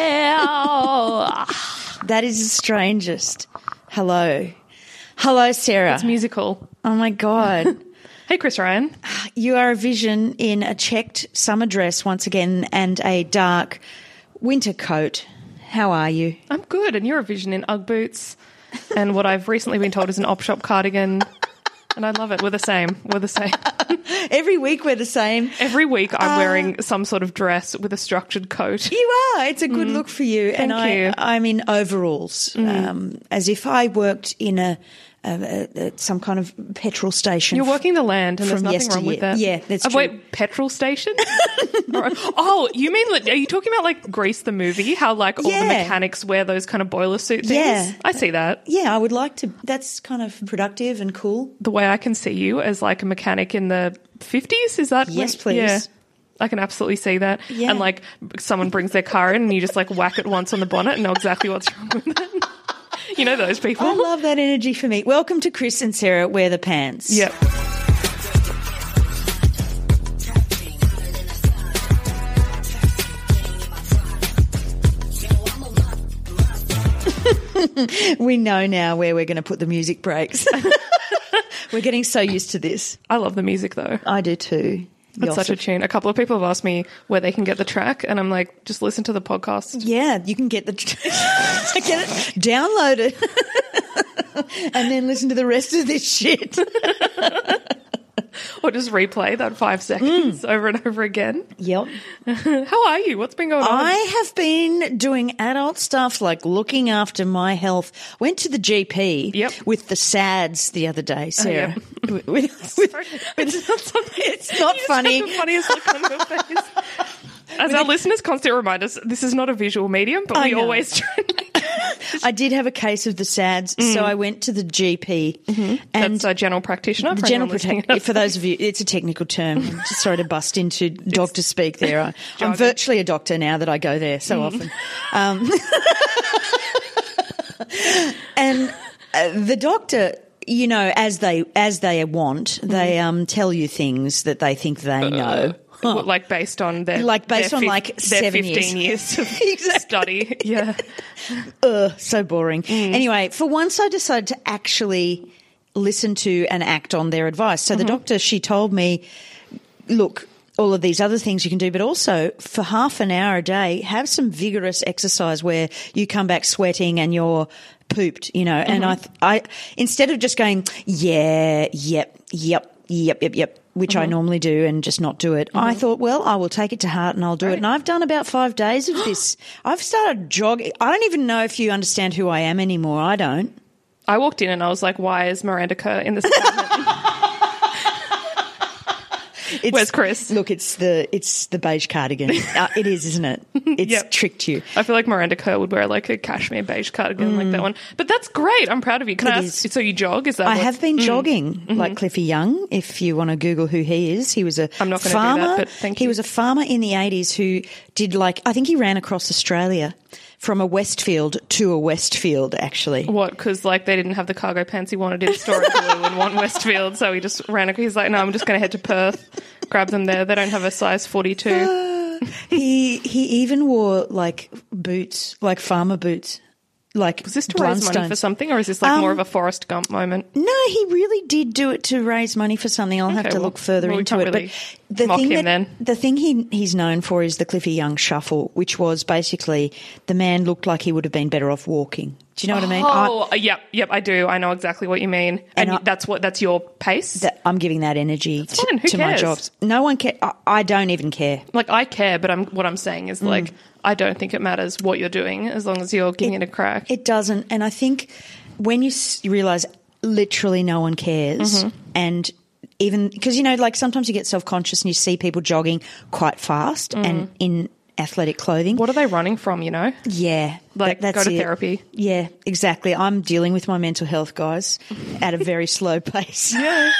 Hello. That is the strangest. Hello. Hello, Sarah. it's musical. Oh my God. Hey, Chris Ryan. you are a vision in a checked summer dress once again and a dark winter coat. How are you? I'm good, and you're a vision in Ugg boots and what I've recently been told is an op shop cardigan. And I love it. We're the same. We're the same. Every week we're the same. Every week I'm Uh, wearing some sort of dress with a structured coat. You are. It's a good look for you. and I, Mm. you. Mm. I'm in overalls, um, as if I worked in a, a, a, a- some kind of petrol station. You're working the land, and there's From nothing wrong with yesteryear. that. Yeah, that's Oh, true. Wait, petrol station? oh, you mean like, are you talking about like Grease the movie? How like all Yeah. the mechanics wear those kind of boiler suit things? Yeah. I see that. Yeah, I would like to. That's kind of productive and cool. the way I can see you as like a mechanic in the 50s is that Yes, when- yeah. please. I can absolutely see that. Yeah. And like someone brings their car in and you just like whack it once on the bonnet and know exactly what's wrong with it. you know those people. I love that energy for me. Welcome to Chris and Sarah Wear the Pants. yep. We know now where we're going to put the music breaks. we're getting so used to this. I love the music though. I do too. It's such a tune. A couple of people have asked me where they can get the track and I'm like just listen to the podcast. yeah, you can get the get it, download it, and then listen to the rest of this shit. Or just replay that Mm. 5 seconds over and over again. Yep. How are you? What's been going on? I have been doing adult stuff like looking after my health. Went to the GP Yep. Oh, with the SADS the other day, Sarah. With- with- It's not something- it's not You just had funny. the funniest look on your face. As our listeners constantly remind us, this is not a visual medium, but I we know. always try. and make it- I did have a case of the SADS, so I went to the GP and Mm. Mm-hmm. That's a general practitioner. the for general anyone listening protect for those of you it's a technical term I'm sorry to bust into doctor speak there I, i'm jargon. Mm-hmm. virtually a doctor now that i go there so often um, and uh, the doctor you know as they as they want Mm-hmm. they um, tell you things that they think they know out, like based on their Like, based their on, Uh, fif- like, their seven years. fifteen years, of Exactly. study. Yeah, so boring. Anyway, for once I decided to actually listen to and act on their advice. So the doctor, she told me, look, all of these other things you can do, but also for half an hour a day, have some vigorous exercise where you come back sweating and you're pooped, you know. And I, Mm-hmm. th- I, instead of just going, yeah, yep, yep, yep, yep, yep, which Mm-hmm. I normally do and just not do it, I thought, well, I will take it to heart and I'll do it. And I've done about five days of this. I've started jogging. I don't even know if you understand who I am anymore. I don't. I walked in and I was like, "Why is Miranda Kerr in this?" apartment? It's, Where's Chris? Look, it's the it's the beige cardigan. uh, it is, isn't it? It's Yep. tricked you. I feel like Miranda Kerr would wear like a cashmere beige cardigan like that one. But that's great. I'm proud of you. Can I Mm. It ask? is. So you jog? Is that? I what- have been jogging like Cliffy Young. If you want to Google who he is, he was a Mm-hmm. I'm not gonna do that, farmer. but thank he you. was a farmer in the 80s who did like I think he ran across Australia from a Westfield to a Westfield. Actually, What? Because like they didn't have the cargo pants he wanted in store in Blue and one Westfield, so he just ran. He's like, no, I'm just going to head to Perth, grab them there. They don't have a size 42. he he even wore like boots, like farmer boots, like Is this to raise money for something, or is this like more Um, of a Forrest Gump moment? No, he really did do it to raise money for something. I'll have Okay, to well- look further well, we into can't it. really but the mock thing him that, then. the thing he he's known for is the Cliffy Young shuffle, which was basically the man looked like he would have been better off walking. Do you know what I mean? I, Oh, yep, yep, I do. I know exactly what you mean, And and, I- that's what that's your pace. that- I'm giving that energy to, fine. Who to my cares? jobs. No one cares. I, I don't even care. like I care, but I'm what I'm saying Mm. is like I don't think it matters what you're doing as long as you're giving it, a crack. It doesn't. And I think when you, s- you realize literally no one cares Mm-hmm. and even because you know like sometimes you get self-conscious and you see people jogging quite fast Mm. and in athletic clothing what are they running from? You know, Yeah, Like, that- go that's to it. therapy. Yeah, exactly. I'm dealing with my mental health, guys, at a very slow pace. Yeah,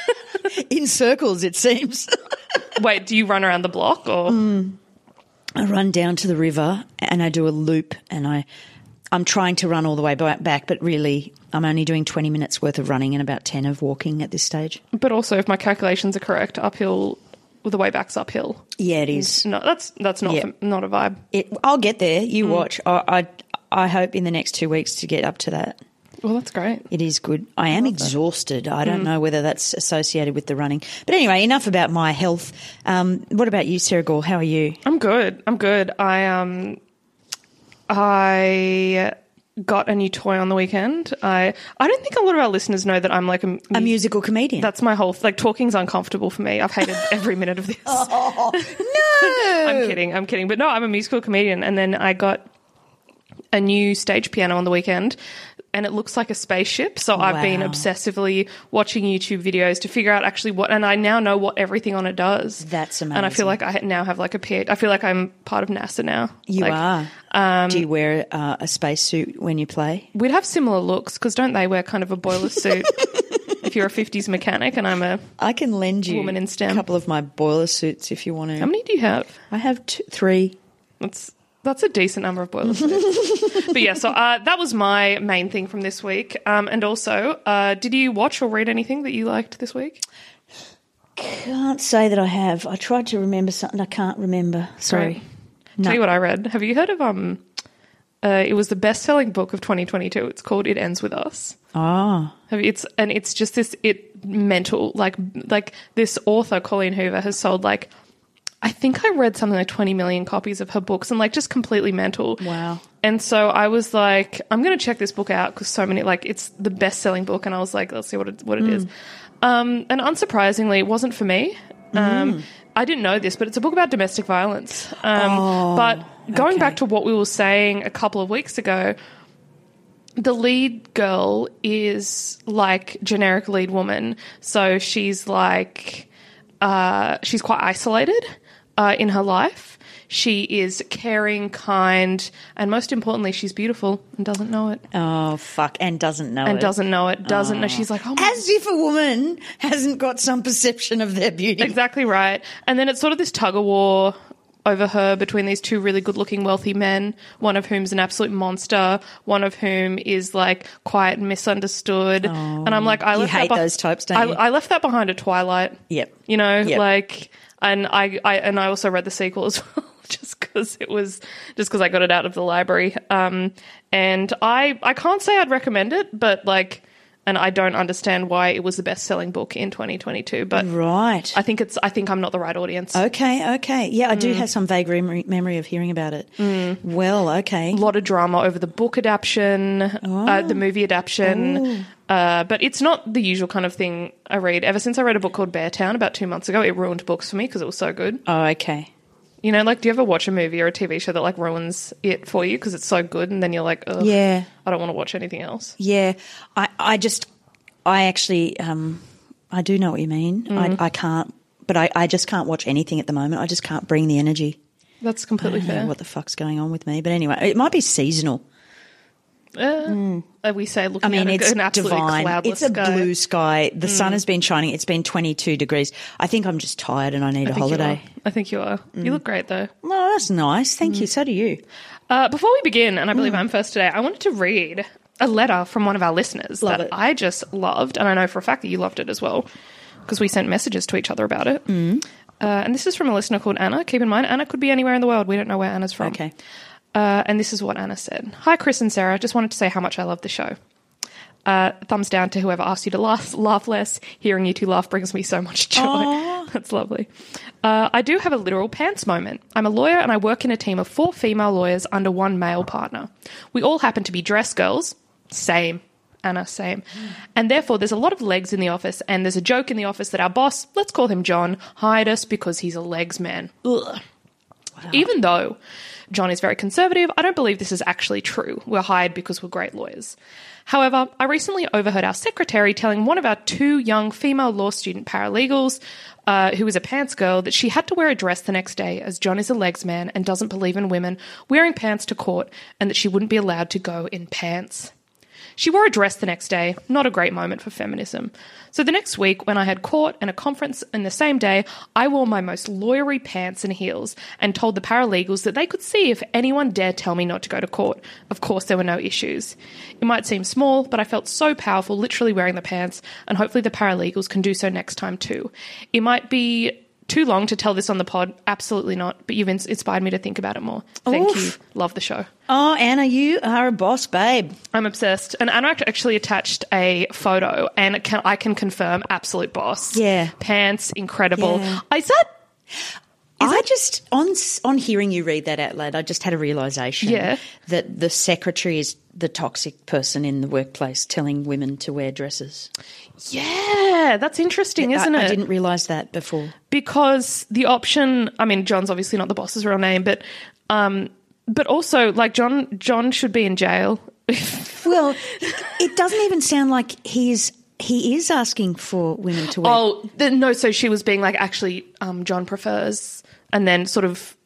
in circles it seems. wait, do you run around the block or? I run down to the river and I do a loop, and I I'm trying to run all the way ba- back, but really I'm only doing 20 minutes worth of running and about 10 of walking at this stage. But also, if my calculations are correct, uphill the way back's uphill. Yeah, it is. No, that's that's not Yeah. fam- not a vibe. It, I'll get there. Mm. You watch. I, I I hope in the next two weeks to get up to that. Well, that's great. It is good. I am exhausted. I don't Mm. know whether that's associated with the running. But anyway, enough about my health. Um, what about you, Sarah Gore? How are you? I'm good. I'm good. I um I got a new toy on the weekend. I I don't think a lot of our listeners know that I'm like a, mu- A musical comedian. that's my whole like talking's uncomfortable for me. I've hated every minute of this. no. I'm kidding. I'm kidding. But no, I'm a musical comedian and then I got a new stage piano on the weekend and it looks like a spaceship. So I've been Wow. obsessively watching YouTube videos to figure out actually what and I now know what everything on it does. That's And I amazing. feel like I now have like a PhD. I feel like I'm part of NASA now. You Like, um, are. Do you wear uh, a spacesuit when you play? We'd have similar looks because don't they wear kind of a boiler suit? if you're a 50s mechanic and I'm a. I can lend you Woman in STEM. a couple of my boiler suits if you want to. How many do you have? I have two, three. That's that's a decent number of boiler suits. but yeah, so uh, that was my main thing from this week. Um, and also, uh, did you watch or read anything that you liked this week? Can't say that I have. I tried to remember something. I can't remember. Sorry. Right. Tell you what I read. Have you heard of um? Uh, it was the best-selling book of 2022. It's called "It Ends with Us." Ah, Have you- It's and it's just this it mental like like this author Colleen Hoover has sold like I think I read something like 20 million copies of her books and like just completely mental. Wow. And so I was like I'm going to check this book out cuz so many like it's the best selling book and I was like let's see what it, what it is. Um and unsurprisingly it wasn't for me. Mm. Um I didn't know this but it's a book about domestic violence. Um but going Oh, okay. back to what we were saying a couple of weeks ago the lead girl is like generic lead woman. So she's like, uh, she's quite isolated uh, in her life. She is caring, kind, and most importantly, she's beautiful and doesn't know it. oh fuck, and doesn't know it. And Ah. doesn't know it. Doesn't know. She's like, oh my As if a woman hasn't got some perception of their beauty. Exactly right. And then it's sort of this tug of war over her between these two really good looking wealthy men, one of whom's an absolute monster, one of whom is like quiet and misunderstood. and I'm like, I Oh. you left hate that beh- those types, don't I, you? I left that behind at Twilight. Yep. You know, Yep. like, and I, I and I also read the sequel as well. Just because it was, just because I got it out of the library, um, and I I can't say I'd recommend it, but like, and I don't understand why it was the best selling book in 2022. But Right. I think it's. I think I'm not the right audience. Okay, okay. Yeah, I do have some vague memory, memory of hearing about it. Well, okay. A lot of drama over the book adaptation, uh, Oh. the movie adaptation. Uh, but it's not the usual kind of thing I read. Ever since I read a book called Bear Town about two months ago, it ruined books for me because it was so good. Oh, okay. You know, like, do you ever watch a movie or a TV show that like ruins it for you because it's so good, and then you're like, Ugh, Yeah. I don't want to watch anything else. Yeah, I, I just, I actually, um, I do know what you mean. I, I can't, but I, I just can't watch anything at the moment. I just can't bring the energy. That's I completely don't know fair. what the fuck's going on with me. But anyway, it might be seasonal. Uh, uh, We say looking I mean, at it's an absolutely divine. cloudless It's a sky. blue sky. The sun has been shining. It's been 22 degrees. I think I'm just tired and I need a I think you holiday. Mm. are. I think you are. You look great though. No, that's nice. Thank you. So do you. Uh, before we begin, and I Mm. believe I'm first today, I wanted to read a letter from one of our listeners Love that it. I just loved, and I know for a fact that you loved it as well because we sent messages to each other about it. Mm. Uh, and this is from a listener called Anna. Keep in mind, Anna could be anywhere in the world. We don't know where Anna's from. Okay. Uh, and this is what Anna said Hi, Chris and Sarah. Just wanted to say how much I love the show. Uh, thumbs down to whoever asked you to laugh, laugh less. Hearing you two laugh brings me so much joy. That's lovely. Uh, I do have a literal pants moment. I'm a lawyer and I work in a team of four female lawyers under one male partner. We all happen to be dress girls. Same. Anna, same. And therefore, there's a lot of legs in the office, and there's a joke in the office that our boss, let's call him John, hired us because he's a legs man. Ugh. Even though John is very conservative, I don't believe this is actually true. We're hired because we're great lawyers. However, I recently overheard our secretary telling one of our two young female law student paralegals, uh, who is a pants girl, that she had to wear a dress the next day as John is a legs man and doesn't believe in women wearing pants to court and that she wouldn't be allowed to go in pants. She wore a dress the next day, not a great moment for feminism. So the next week, when I had court and a conference in the same day, I wore my most lawyery pants and heels and told the paralegals that they could see if anyone dared tell me not to go to court. Of course, there were no issues. It might seem small, but I felt so powerful literally wearing the pants, and hopefully the paralegals can do so next time too. It might be too long to tell this on the pod. Absolutely not. But you've ins- inspired me to think about it more. Thank Oof. you. Love the show. Oh, Anna, you are a boss, babe. I'm obsessed. And Anna act- actually attached a photo, and it can, I can confirm absolute boss. Yeah. Pants, incredible. Yeah. Is that. I just on s- on hearing you read that out loud, I just had a realization Yeah. that the secretary is the toxic person in the workplace, telling women to wear dresses. Yeah, that's interesting, isn't I, it? I didn't realize that before. because the option i mean john's obviously not the boss's real name but um but also like john john should be in jail Well, it doesn't even sound like he's he is asking for women to wear. oh th- no so she was being like actually um john prefers and then sort of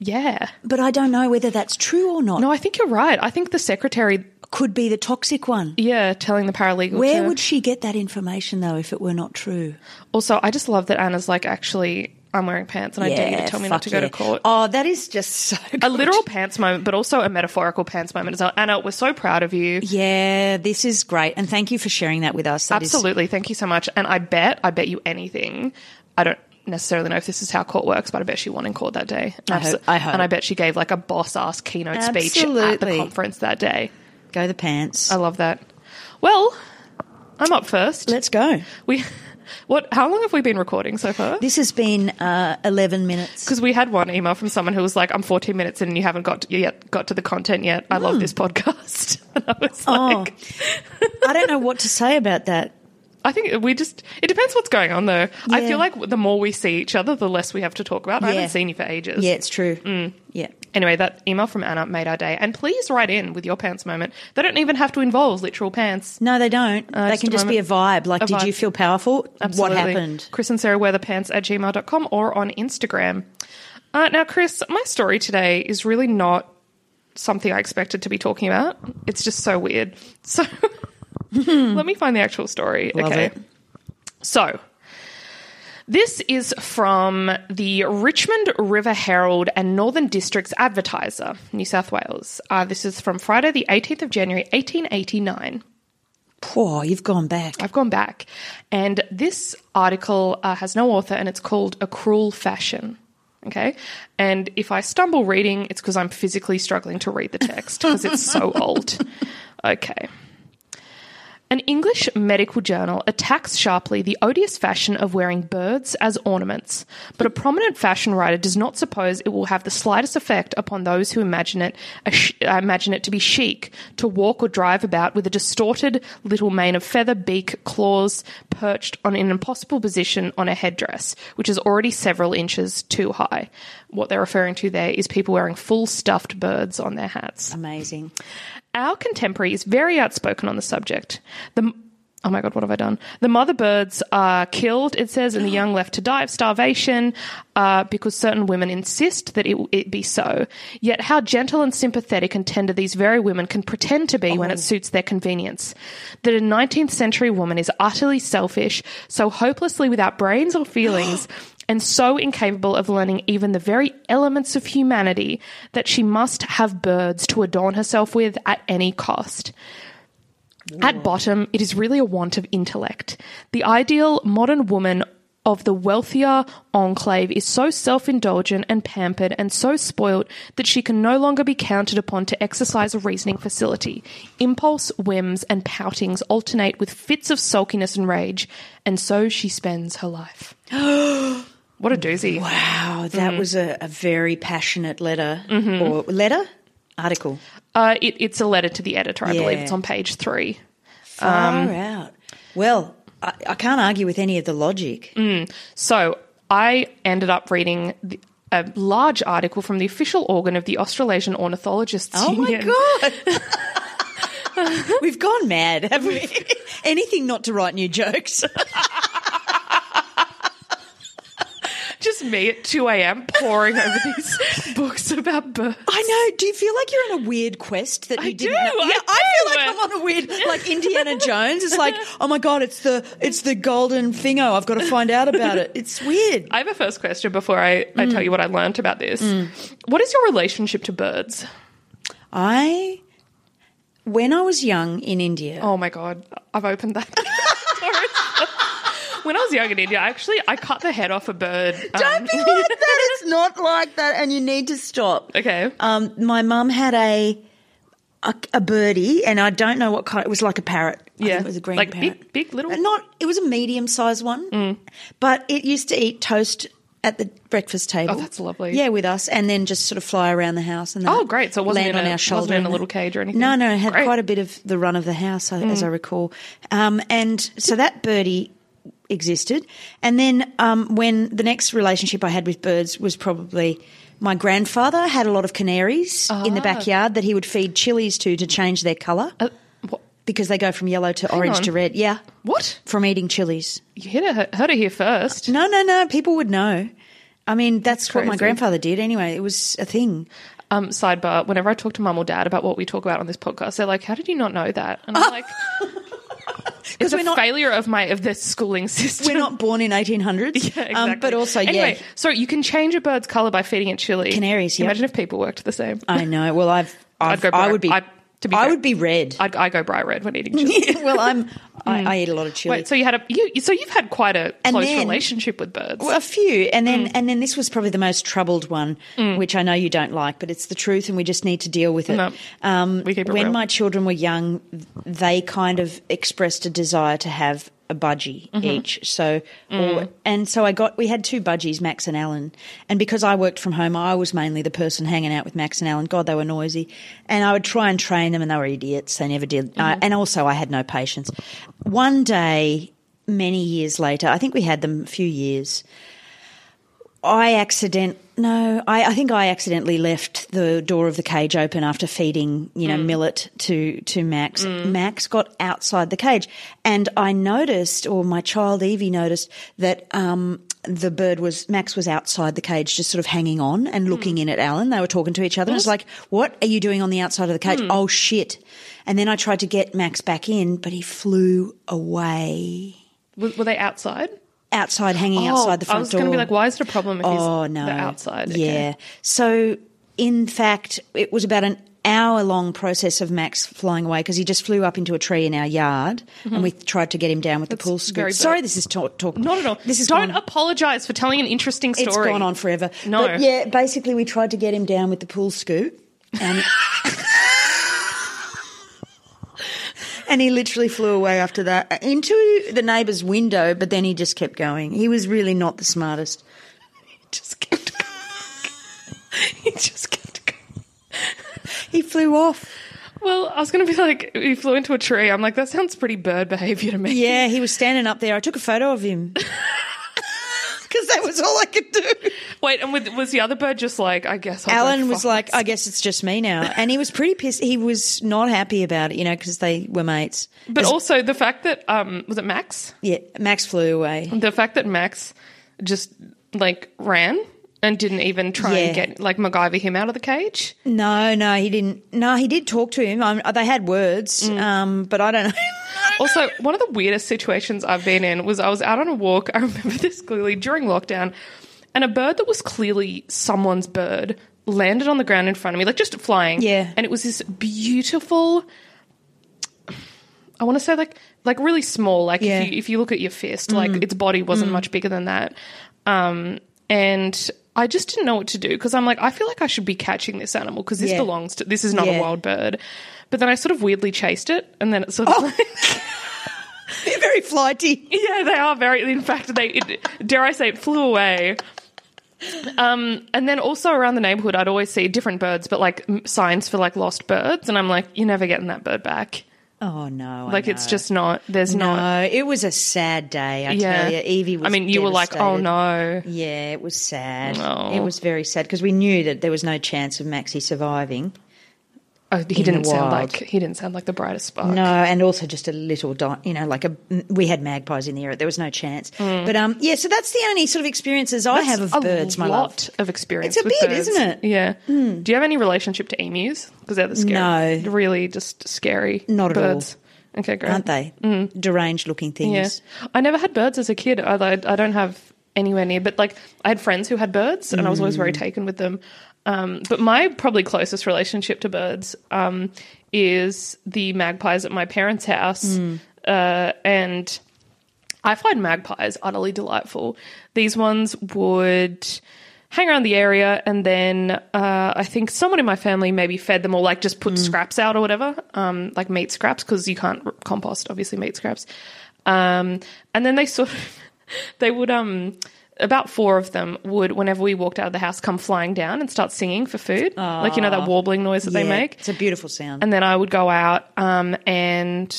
yeah But I don't know whether that's true or not. Oh. no i think you're right i think the secretary Could be the toxic one. yeah telling the paralegal Where to- would she get that information though, if it were not true? also i just love that anna's like actually i'm wearing pants and i dare you to tell me not fuck to go to yeah. court Oh, that is just so. a literal pants moment but also a metaphorical pants moment as well anna we're so proud of you Yeah, this is great, and thank you for sharing that with us. That is- Absolutely. Thank you so much. And I bet, I bet you anything. I don't necessarily know if this is how court works, but I bet she won in court that day. And I abso- hope- I hope. And I bet she gave like a boss ass keynote speech at the Absolutely. conference that day. go the pants. I love that. Well, I'm up first. Let's go. we what how long have we been recording so far? This has been uh, eleven minutes. Because we had one email from someone who was like, "I'm 14 minutes in, and you haven't got to, yet got to the content yet. I Hmm. love this podcast." And I was like, Oh. I don't know what to say about that. I think we just, it depends what's going on though. I Yeah. feel like the more we see each other, the less we have to talk about. I Yeah. haven't seen you for ages. Yeah, it's true. Yeah. Anyway, that email from Anna made our day. And please write in with your pants moment. They don't even have to involve literal pants. No, they don't. they just can a Uh, just be a vibe. Like, A did vibe. you feel powerful? Absolutely. What happened? Chris and Sarah wear the pants at gmail.com or on Instagram. Uh, now, Chris, my story today is really not something I expected to be talking about. It's just so weird. So let me find the actual story. Love okay. it. So this is from the Richmond River Herald and Northern Districts Advertiser, New South Wales. Uh, this is from Friday, the 18th of January, 1889. Whoa, you've gone back. I've gone back, and this article uh, has no author, and it's called "A Cruel Fashion." Okay, and if I stumble reading, it's because I'm physically struggling to read the text because it's so old. Okay. An English medical journal attacks sharply the odious fashion of wearing birds as ornaments, but a prominent fashion writer does not suppose it will have the slightest effect upon those who imagine it a sh- uh, imagine it to be chic to walk or drive about with a distorted little mane of feather, beak, claws perched on an impossible position on a headdress, which is already several inches too high. What they're referring to there is people wearing full stuffed birds on their hats. Amazing. Our contemporary is very outspoken on the subject. The oh my god, what have I done? The mother birds are killed, it says, and the young left to die of starvation uh, because certain women insist that it, it be so. Yet, how gentle and sympathetic and tender these very women can pretend to be when it suits their convenience. That a 19th century woman is utterly selfish, so hopelessly without brains or feelings. And so incapable of learning even the very elements of humanity that she must have birds to adorn herself with at any cost. At bottom, it is really a want of intellect. The ideal modern woman of the wealthier enclave is so self indulgent and pampered and so spoilt that she can no longer be counted upon to exercise a reasoning facility. Impulse, whims, and poutings alternate with fits of sulkiness and rage, and so she spends her life. what a doozy. Wow, that was a, a very passionate letter or letter article. Uh, it, it's a letter to the editor, I believe. Yeah. It's on page three. Far out. Well, I, I can't argue with any of the logic. So I ended up reading the, a large article from the official organ of the Australasian Ornithologists Oh my Union. god. We've gone mad, haven't we? Anything not to write new jokes. Just me at 2 a.m. poring over these books about birds. I know. Do you feel like you're on a weird quest that you didn't do, know? I yeah, I feel do. like I'm on a weird like Indiana Jones. It's like, oh my god, it's the it's the golden thingo. I've got to find out about it. It's weird. I have a first question before I, I Mm. tell you what I learnt about this. What is your relationship to birds? I when I was young in India, Oh my God, I've opened that. Sorry. When I was young in India, I actually I cut the head off a bird. um, Don't be like that. It's not like that, and you need to stop. Okay. Um, my mum had a, a a birdie, and I don't know what kind. It was like a parrot. I think yeah, it was a green like parrot. big, big little. Mm. But not. It was a medium sized one, but it used to eat toast at the breakfast table. Oh, that's lovely. Yeah, with us, and then just sort of fly around the house. And Oh, that, great. So it wasn't land in on a- our shoulder wasn't in and a that. little cage or anything? No, no, it had Great. quite a bit of the run of the house, I Mm. as I recall. Um, and so that birdie existed, and then um, when the next relationship I had with birds was probably. My grandfather had a lot of canaries in the Ah. backyard that he would feed chilies to to change their colour Uh, what? because they go from yellow to orange on. to red. Yeah, What? from eating chilies. You heard it, heard it here first. No, no, no. People would know. I mean, that's, what my crazy. grandfather did anyway. It was a thing. Um, sidebar: Whenever I talk to mum or dad about what we talk about on this podcast, they're like, "How did you not know that?" And I'm like, "It's Ah, we're a not- failure of my of the schooling system." We're not born in 1800s. Yeah, um, exactly. but also, yeah. anyway, so you can change a bird's color by feeding it chili. Canaries, Uh, yep. Imagine if people worked the same. I know. Well, I've, I've go I bright- would be, I- to be I fair- would be red. I'd, I go bright red when eating chili. well, I'm, I, I eat a lot of chili. Wait, so you had a you so you've had quite a And close then- relationship with birds. Well, a few, and Mm. then and then this was probably the most troubled one, which I know you don't like, but it's the truth, and we just need to deal with it. No. um, We keep it when real. my children were young, they kind of expressed a desire to have a budgie Mm-hmm. each. So, Mm. or, and so I got we had two budgies, Max and Alan, and because I worked from home, I was mainly the person hanging out with Max and Alan. God, they were noisy, and I would try and train them, and they were idiots. They never did, Mm. uh, and also I had no patience. One day. Many years later, I think we had them a few years. I accident no, I, I think I accidentally left the door of the cage open after feeding, you know, Mm. millet to to Max. Max got outside the cage, and I noticed, or my child Evie noticed, that um, the bird was Max was outside the cage, just sort of hanging on and Mm. looking in at Alan. They were talking to each other. I was like, "What are you doing on the outside of the Mm. cage?" Oh shit! And then I tried to get Max back in, but he flew away were, were they outside? outside, hanging outside the front Oh, I was door. going to be like, why is it a problem if he's Oh no, the outside? Yeah. So in fact, it was about an hour long process of Max flying away because he just flew up into a tree in our yard, and we tried to get him down with the pool Mm-hmm. very scoop. bad. Sorry, this is talk. talk. Not at all. This is Don't gone. apologize for telling an interesting story. It's gone on forever. No. But yeah, basically, we tried to get him down with the pool scoop. And, and he literally flew away after that into the neighbour's window, but then he just kept going. He was really not the smartest. Just kept going. he just kept going. He flew off. Well, I was going to be like, he flew into a tree. I'm like, that sounds pretty bird behavior to me. Yeah, he was standing up there. I took a photo of him. Because that was all I could do. Wait, and with, was the other bird just like, I guess I'll go Alan was fuck like, myself. I guess it's just me now. And he was pretty pissed. He was not happy about it, you know, because they were mates. but also the fact that, um, was it Max? Yeah, Max flew away. The fact that Max just like ran and didn't even try and Yeah. get like MacGyver him out of the cage. No, no, he didn't. No, he did talk to him. i they had words, Mm. um, but I don't know. Also, one of the weirdest situations I've been in was I was out on a walk. I remember this clearly during lockdown, and a bird that was clearly someone's bird landed on the ground in front of me, like just flying. Yeah. And it was this beautiful. I want to say like like really small. Like Yeah. Mm. if you if you look at your fist, like its body wasn't much bigger than that. Um, and I just didn't know what to do because I'm like I feel like I should be catching this animal because this Yeah. belongs to this is not Yeah. a wild bird. But then I sort of weirdly chased it, and then it sort of Oh. like, They're very flighty. yeah, they are very. In fact, they it, dare I say it flew away. Um, and then also around the neighborhood, I'd always see different birds, but like m- signs for like lost birds, and I'm like, you're never getting that bird back. Oh, no. I Like it's know. just not. There's not. No, it was a sad day, I Yeah, tell you. Evie was I mean, you were like, oh devastated. no. Yeah, it was sad. Oh. It was very sad because we knew that there was no chance of Maxie surviving. Oh, he didn't the sound wild. like he didn't sound like the brightest spark. No, and also just a little, di- you know, like a we had magpies in the area. There was no chance. But um, yeah, so that's the only sort of experiences I have of Mm. a birds, my lot love. of experience. It's a with bit, birds. isn't it? Hmm. Yeah. Do you have any relationship to emus? Because they're the scary, No. really just scary. Not at all. birds. all. Okay, great. Aren't they deranged looking Mm. Yeah. things? I never had birds as a kid. I, I, I don't have anywhere near, but like I had friends who had birds and I was always very taken with them. Um, but my probably closest relationship to birds um, is the magpies at my parents' house. Uh, and I find magpies utterly delightful. These ones would hang around the area, and then uh, I think someone in my family maybe fed them or like just put scraps out or whatever, um, like meat scraps, because you can't r- compost obviously meat scraps. Um, and then they sort of they would um about four of them would whenever we walked out of the house come flying down and start singing for food, like you know that warbling noise that they Yeah, make. It's a beautiful sound. And then I would go out um, and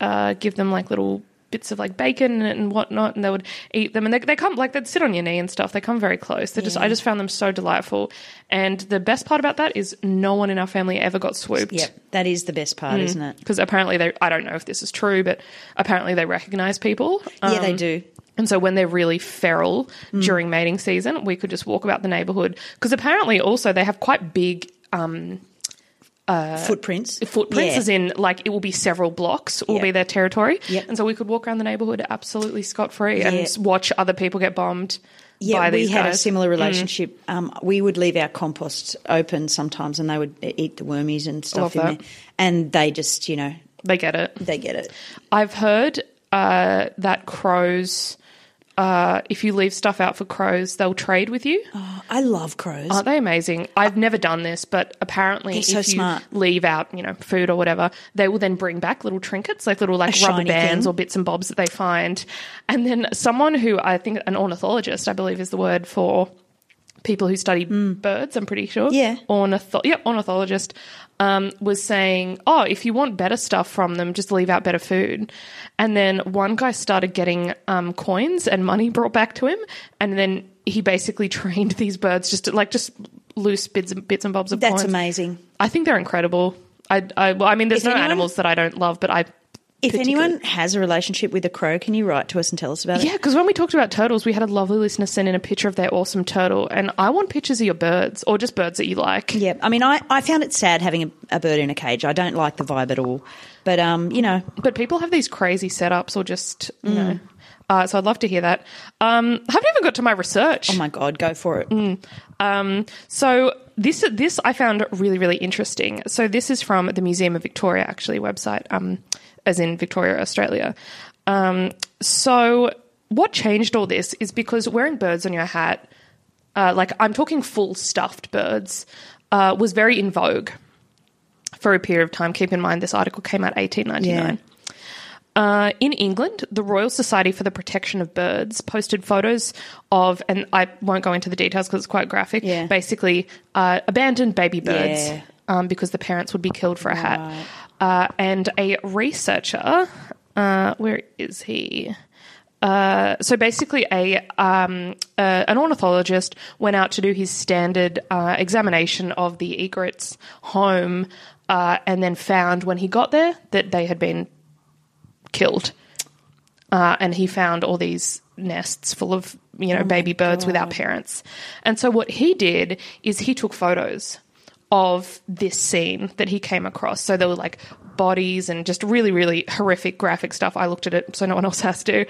uh, give them like little bits of like bacon and whatnot, and they would eat them. And they, they come like they'd sit on your knee and stuff. They come very close. They just I just found them so delightful. And the best part about that is no one in our family ever got swooped. yep, that is the best Mm. part, isn't it? Because apparently they, I don't know if this is true, but apparently they recognize people. Um, yeah, they do. Mm. And so when they're really feral during mating season, we could just walk about the neighborhood. Because apparently also they have quite big Footprints. uh, footprints, Yeah. as in like it will be several blocks will Yeah. be their territory, Yep. and so we could walk around the neighborhood absolutely scot free and Yeah. s- watch other people get bombed. Yeah, by we these had a guys. Mm. similar relationship. Um, we would leave our compost open sometimes, and they would e-, eat the wormies and stuff Love in that. there. And they just, you know, They get it. they get it. I've heard uh, that crows. Uh, if you leave stuff out for crows, they'll trade with you. Oh, I love crows. Aren't they amazing? I've never done this, but apparently, if so you smart. leave out, you know, food or whatever, they will then bring back little trinkets, like little like A rubber shiny bands thing. or bits and bobs that they find. And then someone who I think an ornithologist, I believe, is the word for people who study birds. I'm pretty sure. Hmm. Yeah. Ornitho- yep, ornithologist um, was saying, oh, if you want better stuff from them, just leave out better food. And then one guy started getting um, coins and money brought back to him, and then he basically trained these birds just to, like just loose bits and bits and bobs of That's coins. amazing. I think they're incredible. I, I, well, I mean, there's If no anyone- animals that I don't love, but I. If particularly- anyone has a relationship with a crow, can you write to us and tell us about it? Yeah, because when we talked about turtles, we had a lovely listener send in a picture of their awesome turtle, and I want pictures of your birds or just birds that you like. Yeah, I mean, I, I found it sad having a, a bird in a cage. I don't like the vibe at all. But, um, you know, But people have these crazy setups or just, you Mm. know. Uh, so I'd love to hear that. Um, I haven't even got to my research. Um, oh my God, go for it. Mm. So this this I found really really interesting. So this is from the Museum of Victoria actually website, um, as in Victoria, Australia. Um, so what changed all this is because wearing birds on your hat, uh, like I'm talking full stuffed birds, uh, was very in vogue for a period of time. Keep in mind this article came out 1899. Uh, in England, the Royal Society for the Protection of Birds posted photos of, and I won't go into the details because it's quite graphic, Yeah. basically uh, abandoned baby birds Yeah. um, because the parents would be killed for a hat. Uh, and a researcher, uh, where is he? Uh, so basically, a um, uh, an ornithologist went out to do his standard uh, examination of the egret's home, uh, and then found when he got there that they had been killed. Uh, and he found all these nests full of you know baby birds without parents. And so what he did is he took photos of this scene that he came across. So there were like bodies and just really really horrific graphic stuff. I looked at it so no one else has to.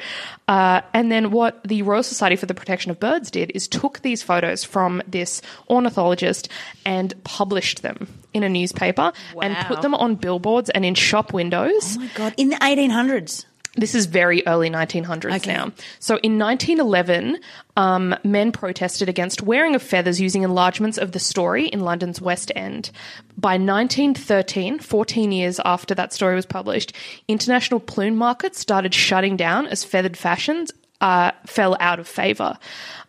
Uh, and then what the Royal Society for the Protection of Birds did is took these photos from this ornithologist and published them in a newspaper and Wow. put them on billboards and in shop windows. Oh my God, in the 1800s. This is very early 1900s Okay. now. So in 1911, um, men protested against wearing of feathers using enlargements of the story in London's West End. By 1913, 14 years after that story was published, international plume markets started shutting down as feathered fashions uh, fell out of favor.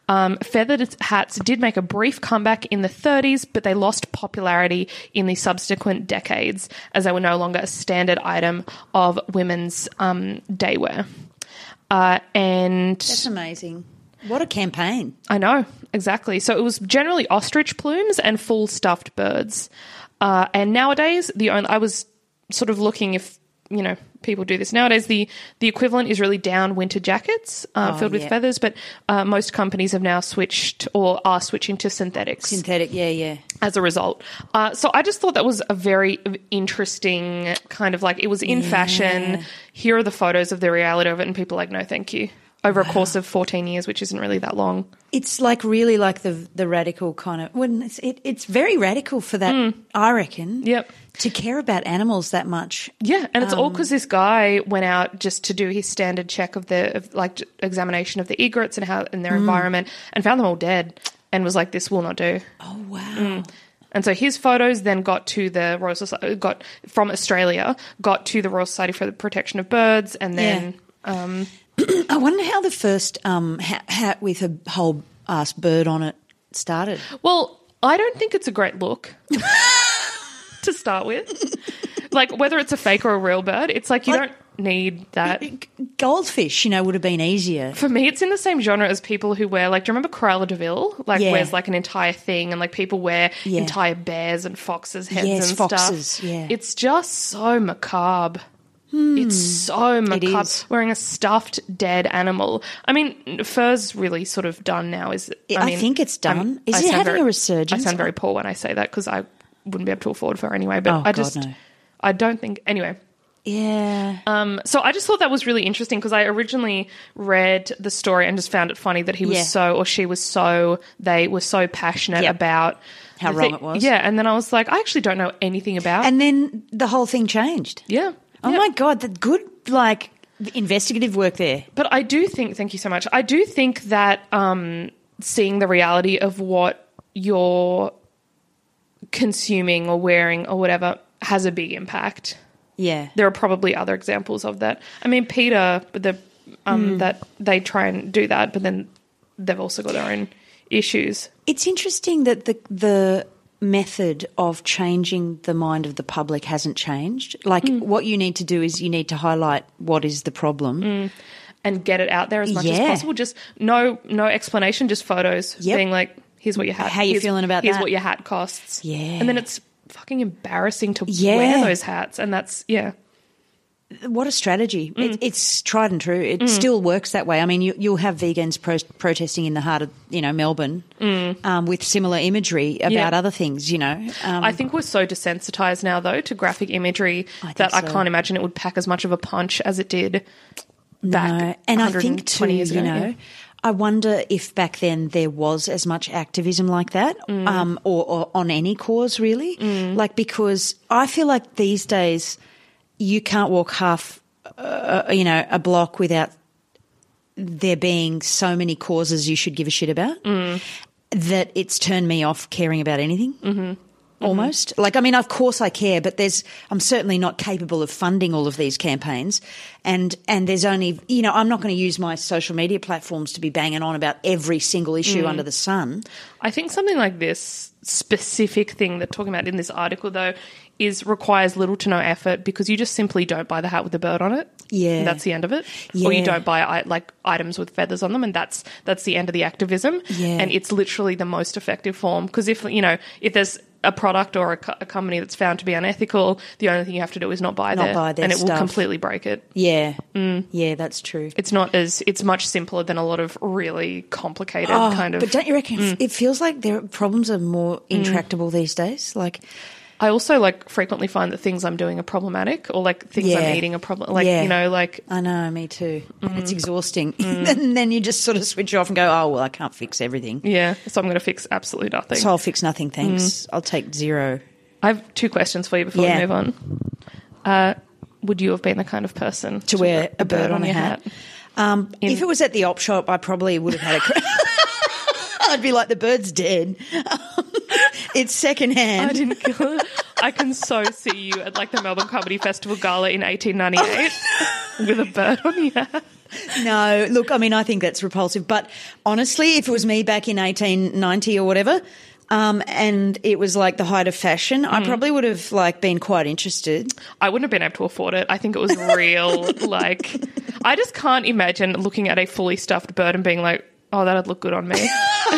Um, feathered hats did make a brief comeback in the 30s, but they lost popularity in the subsequent decades as they were no longer a standard item of women's um, day wear. Uh, and That's amazing. What a campaign. I know, exactly. So it was generally ostrich plumes and full stuffed birds. Uh, and nowadays, the only, I was sort of looking if, you know, people do this. Nowadays, the, the equivalent is really down winter jackets uh, Oh, filled with yeah. feathers, but uh, most companies have now switched or are switching to synthetics Synthetic, yeah, yeah. as a result. Uh, so I just thought that was a very interesting kind of like, it was in fashion. Here are the photos of the reality of it, and people are like, no, thank you. over a course of 14 years, which isn't really that long. It's like really like the the radical kind of. When it's it, it's very radical for that. I reckon. Yep. To care about animals that much. Yeah, and it's all 'cause all because this guy went out just to do his standard check of the of, like j- examination of the egrets and how and their environment, and found them all dead, and was like, "This will not do." Oh wow. And so his photos then got to the Royal Society, got from Australia, got to the Royal Society for the Protection of Birds, and then um, I wonder how the first um, hat, hat with a whole ass bird on it started. Well, I don't think it's a great look to start with. Like whether it's a fake or a real bird, it's like you Like- don't need that. Goldfish, you know, would have been easier. For me, it's in the same genre as people who wear like. Do you remember Cruella Deville? Like Yeah. wears like an entire thing, and like people wear Yeah. entire bears and foxes heads Yes, and foxes, stuff. yeah. Hmm. It's just so macabre. It's so macabre. is. Wearing a stuffed dead animal. I mean, fur's really sort of done now. Is it? I mean, think it's done. I'm- Is I it sound having very- a resurgence? I sound very poor when I say that because I wouldn't be able to afford fur anyway. But Oh, I God, just, no. I don't think. Anyway, Yeah. um, so I just thought that was really interesting because I originally read the story and just found it funny that he was Yeah. so or she was so they were so passionate Yep. about How the wrong thi- it was. Yeah, and then I was like, I actually don't know anything about. and then the whole thing changed. yeah. Oh yeah. my god, the good like investigative work there. But I do think, thank you so much. I do think that um, seeing the reality of what you're consuming or wearing or whatever has a big impact. Yeah. there are probably other examples of that. I mean, Peter, the Hmm. um, that they try and do that, but then they've also got their own issues. It's interesting that the the method of changing the mind of the public hasn't changed. Like what you need to do is you need to highlight what is the problem. And get it out there as much as Yeah. possible. Just no, no explanation. Just photos Yep. being like, "Here's what your hat. How you here's- feeling about Here's that? what your hat costs. Yeah. and then it's fucking embarrassing to Yeah. wear those hats. And that's yeah, What a strategy. It, it's tried and true. It still works that way. I mean, you, you'll have vegans pro- protesting in the heart of, you know, Melbourne um, with similar imagery about Yeah. other things, you know. Um, I think we're so desensitized now, though, to graphic imagery think that I so. can't imagine it would pack as much of a punch as it did back. No. And I think 120 too, years you ago, know, yeah. I wonder if back then there was as much activism like that, Mm. um, or, or on any cause really. Like because I feel like these days you can't walk half, uh, you know, a block without there being so many causes you should give a shit about Mm. that it's turned me off caring about anything. Mm-hmm. Almost like I mean, of course I care, but there's I'm certainly not capable of funding all of these campaigns, and and there's only you know I'm not going to use my social media platforms to be banging on about every single issue Mm. under the sun. I think something like this specific thing that talking about in this article though is requires little to no effort because you just simply don't buy the hat with the bird on it. Yeah. that's the end of it. Or you Yeah. don't buy i- like items with feathers on them, and that's that's the end of the activism. Yeah. and it's literally the most effective form because if you know if there's a product or a, co- a company that's found to be unethical, the only thing you have to do is not buy Not their, buy their and it will stuff. completely break it. Yeah, yeah, that's true. Mm. It's not as it's much simpler than a lot of really complicated Oh, kind of. Mm. but don't you reckon it feels like their problems are more intractable these days? Like I also like frequently find that things I'm doing are problematic or like things Yeah. I'm eating are problem like Yeah. you know like I know, me too. And Mm. it's exhausting. and then you just sort of switch off and go, oh, well, I can't fix everything. yeah Mm. so I'm going to fix absolutely nothing. So I'll fix nothing, thanks. I'll take zero. I have two questions for you before Yeah. we move on. Uh, would you have been the kind of person To wear a bird on a your hat. Um, if it was at the op shop, I probably would have had a. Cra- I'd be like, the bird's dead. it's I secondhand. didn't kill it. I can so see you at like the Melbourne Comedy Festival gala in 1898 with a bird on your hat. No, look, I mean, I think that's repulsive. But honestly, if it was me back in 1890 or whatever, um, and it was like the height of fashion, Mm. I probably would have like been quite interested. I wouldn't have been able to afford it. I think it was real. like, I just can't imagine looking at a fully stuffed bird and being like, "Oh, that'd look good on me."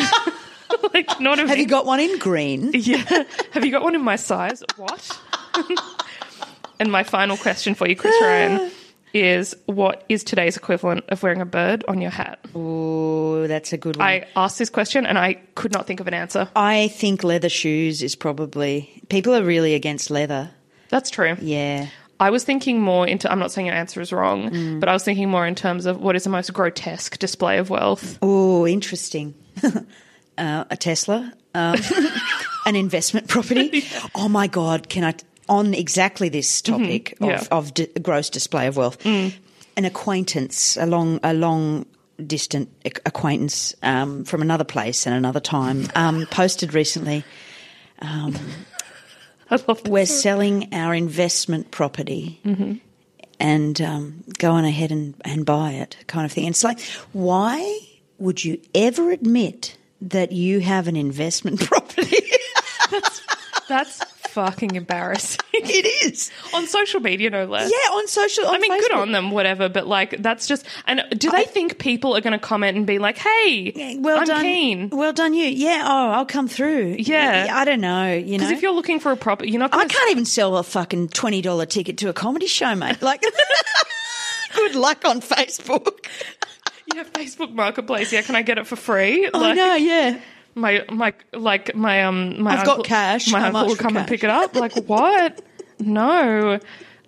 like, not Have you got one in green? yeah. Have you got one in my size? What? and my final question for you, Chris Ryan, is what is today's equivalent of wearing a bird on your hat? Oh, that's a good one. I, I asked this question and I could not think of an answer. think leather shoes is probably people are really against leather. That's true. Yeah. I was thinking more into, I'm not saying your answer is wrong, Mm. but I was thinking more in terms of what is the most grotesque display of wealth. Oh, interesting. uh, a Tesla, um, an investment property. Oh my God, can I, on exactly this topic Mhm, of, yeah. of d- gross display of wealth, an acquaintance, a long, a long distant ac- acquaintance um, from another place and another time, um, posted recently. I love that. We're selling our investment property and um, going ahead and, and buy it, kind of thing. And it's like, why would you ever admit that you have an investment property? That's fucking embarrassing. it is. on social media, no less. Yeah, on social. On I mean, good Facebook. on them, whatever, but like, that's just. And do they think people are going to comment and be like, hey, Well I'm done. keen? Well done, you. Yeah. Oh, I'll come through. Yeah. I don't know. You know. Because if you're looking for a proper, you're not I going to. can't even sell a fucking twenty dollar ticket to a comedy show, mate. Like, good luck on Facebook. Yeah, Facebook Marketplace. Yeah, can I get it for free? I Like- know. Yeah. my my like my um my I've got uncle, cash. My How uncle much will for come and cash? pick it up. Like what? No.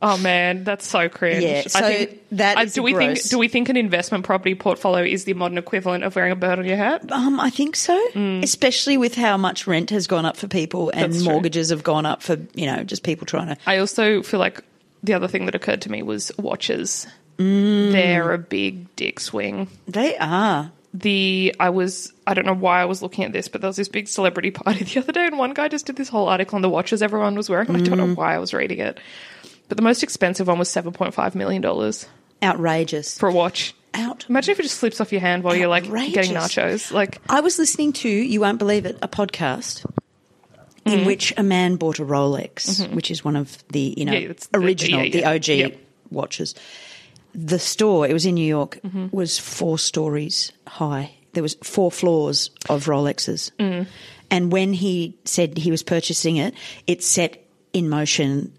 Oh man, that's so cringe. Yeah, so that is do we gross. think do we think an investment property portfolio is the modern equivalent of wearing a bird on your hat? Um, I think so, especially with how much rent has gone up for people and Mm. That's true. mortgages have gone up for you know just people trying to. I also feel like the other thing that occurred to me was watches. Mm. They're a big dick swing. They are. the I was I don't know why I was looking at this, but there was this big celebrity party the other day, and one guy just did this whole article on the watches everyone was wearing. and I don't know Mm. why I was reading it, but the most expensive one was seven point five million dollars Outrageous. for a watch. Out. Imagine if it just slips off your hand while you're like getting Outrageous. nachos. Like I was listening to you won't believe it a podcast in which a man bought a Rolex, which is one of the you know Mm-hmm. Yeah, it's the- original yeah, the, yeah. OG Yep. watches. The store it was in New York Mm-hmm. was four stories high. There was four floors of Rolexes, Mm. and when he said he was purchasing it, it set in motion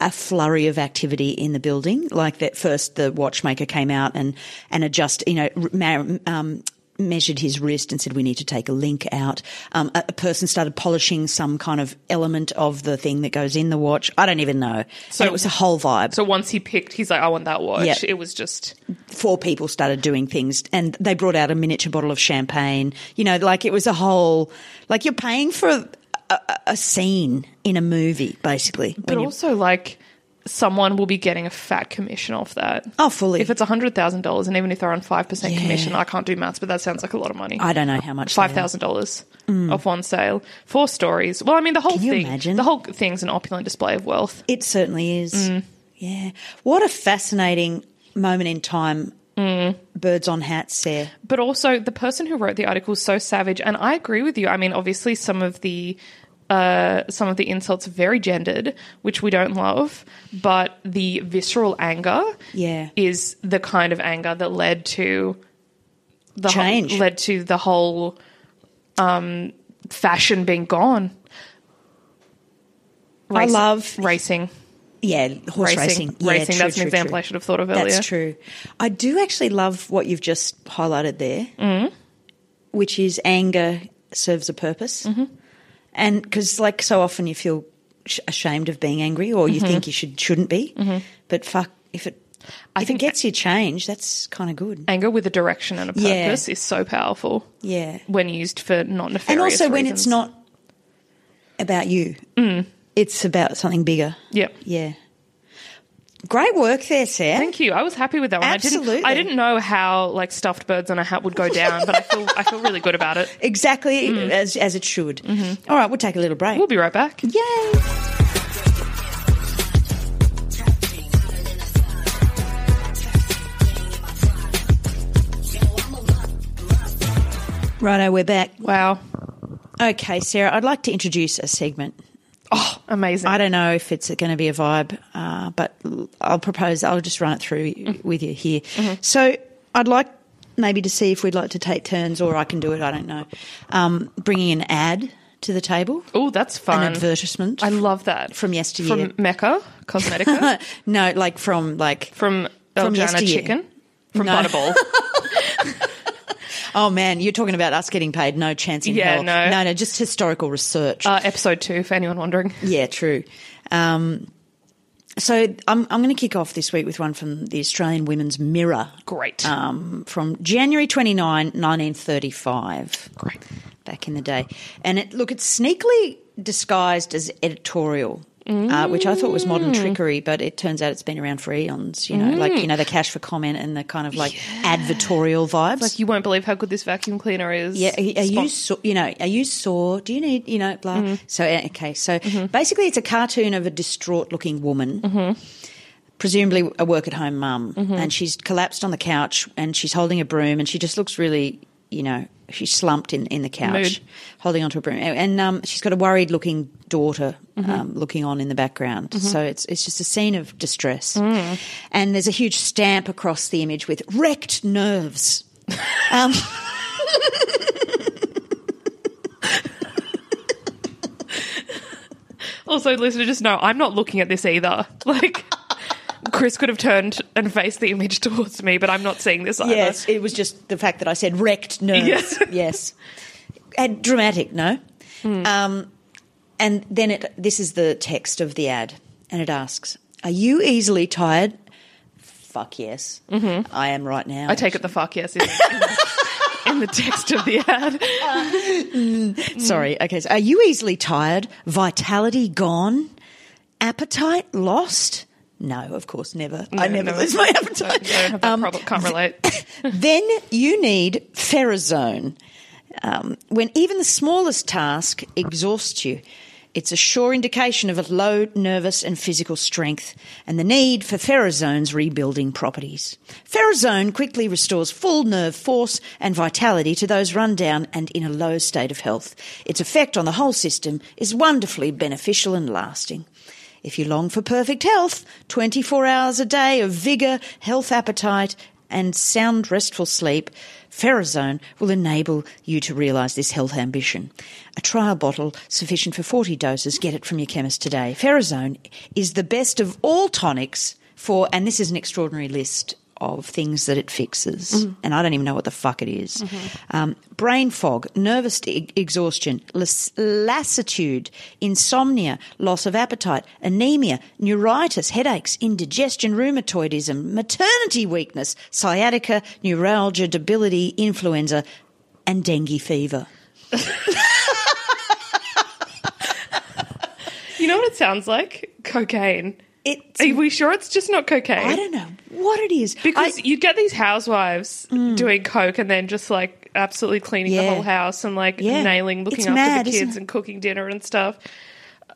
a flurry of activity in the building. Like that, first the watchmaker came out and and adjust, you know, r- ma- um, measured his wrist and said, "We need to take a link out." Um, a, a person started polishing some kind of element of the thing that goes in the watch. I don't even know. So it was a whole vibe. so, once he picked, he's like, I want that watch. Yeah. It was just Four people started doing things, and they brought out a miniature bottle of champagne. You know, like it was a whole like you're paying for. A, a- a scene in a movie, basically. But when you- also, like, someone will be getting a fat commission off that. Oh, fully. If it's hundred thousand dollars, and even if they're on five percent Yeah. commission, I can't do maths, but that sounds like a lot of money. I don't know how much they are. five thousand dollars off one sale, four stories. Well, I mean, the whole you thing, imagine? the whole thing's an opulent display of wealth. It certainly is. Mm. Yeah. What a fascinating moment in time. Mm. Birds on hats there. But also, the person who wrote the article is so savage, and I agree with you. I mean, obviously, some of the uh, some of the insults are very gendered, which we don't love, but the visceral anger Yeah. is the kind of anger that led to the whole- Change. led to the whole um, fashion being gone. I love- racing. Yeah, horse racing. racing. Yeah, Racing, true, that's true, an example true. I should have thought of earlier. That's true. I do actually love what you've just highlighted there, Mm. which is anger serves a purpose. Mm-hmm. And because, like, so often you feel sh- ashamed of being angry or Mm-hmm. you think you should, shouldn't be. But fuck, if it, I if think- it gets you change, that's kind of good. Anger with a direction and a Yeah. purpose is so powerful Yeah. when used for not nefarious and also when reasons. it's not about you it's about something bigger Yep. yeah great work there sarah Thank you. I was happy with that one. I Absolutely. didn't, I didn't know how like stuffed birds on a hat would go down, but I feel I feel really good about it. exactly as, as it should All right we'll take a little break Mm. We'll be right back. yay Righto, we're back. Wow. Okay, Sarah, I'd like to introduce a segment Amazing. I don't know if it's going to be a vibe, uh, but l- I'll propose. I'll just run it through Mm-hmm. with you here. So I'd like maybe to see if we'd like to take turns, or I can do it. I don't know. Um, bringing an ad to the table, oh, that's an fun. advertisement. I love that. From yesteryear. From Mecca Cosmetica. no, like from like. from From Eljana yesteryear. Chicken. From No. Butterball. Oh man, you're talking about us getting paid. No chance in Yeah, hell. no. no, no. Just historical research. Uh, episode two, for anyone wondering. Yeah, true. Um, so I'm, I'm going to kick off this week with one from the Australian Women's Mirror. Great. Um, from January 29, 1935. Great. Back in the day. And it, look, it's sneakily disguised as editorial. Uh, which I thought was modern trickery, but it turns out it's been around for eons. You know, like you know the cash for comment and the kind of like advertorial vibes. Like you won't believe how good this vacuum cleaner is. Yeah, are, are Spon- you sore? You know, are you sore? Do you need? You know, blah. So uh, okay, so basically, it's a cartoon of a distraught-looking woman, presumably a work-at-home mum, and she's collapsed on the couch and she's holding a broom and she just looks really, you know, she's slumped in in the couch, Mood. holding onto a broom, and, and um, she's got a worried-looking daughter um, looking on in the background. So it's it's just a scene of distress, and there's a huge stamp across the image with wrecked nerves. Um, Also, listener, just know I'm not looking at this either. Like, Chris could have turned and faced the image towards me, but I'm not seeing this either. Yes, it was just the fact that I said wrecked nerves. Yes. yes, and dramatic. No, Hmm. um, and then it. This is the text of the ad, and it asks, "Are you easily tired?" Fuck yes, I am right now. Mm-hmm. I take it the fuck yes is in the, in the text of the ad. Sorry. Mm. Okay. So are you easily tired? Vitality gone? Appetite lost? No, of course, never. I never no. lose my I appetite. Um, don't have that problem. Can't relate. then you need ferrozone. Um, when even the smallest task exhausts you, it's a sure indication of a low nervous and physical strength and the need for ferrozone's rebuilding properties. Ferrozone quickly restores full nerve force and vitality to those run down and in a low state of health. Its effect on the whole system is wonderfully beneficial and lasting. If you long for perfect health, 24 hours a day of vigor, health appetite, and sound restful sleep, Ferrozone will enable you to realize this health ambition. A trial bottle sufficient for 40 doses, get it from your chemist today. Ferrozone is the best of all tonics for, and this is an extraordinary list of things that it fixes, Mm-hmm. and I don't even know what the fuck it is. Um, brain fog, nervous e- exhaustion, las- lassitude, insomnia, loss of appetite, anemia, neuritis, headaches, indigestion, rheumatoidism, maternity weakness, sciatica, neuralgia, debility, influenza, and dengue fever. You know what it sounds like? Cocaine. It's, Are we sure it's just not cocaine? I don't know what it is. because I- Mm. you'd get these housewives doing coke and then just like absolutely cleaning the Yeah. whole house and like Yeah. nailing, looking It's after mad, the isn't kids it? and cooking dinner and stuff.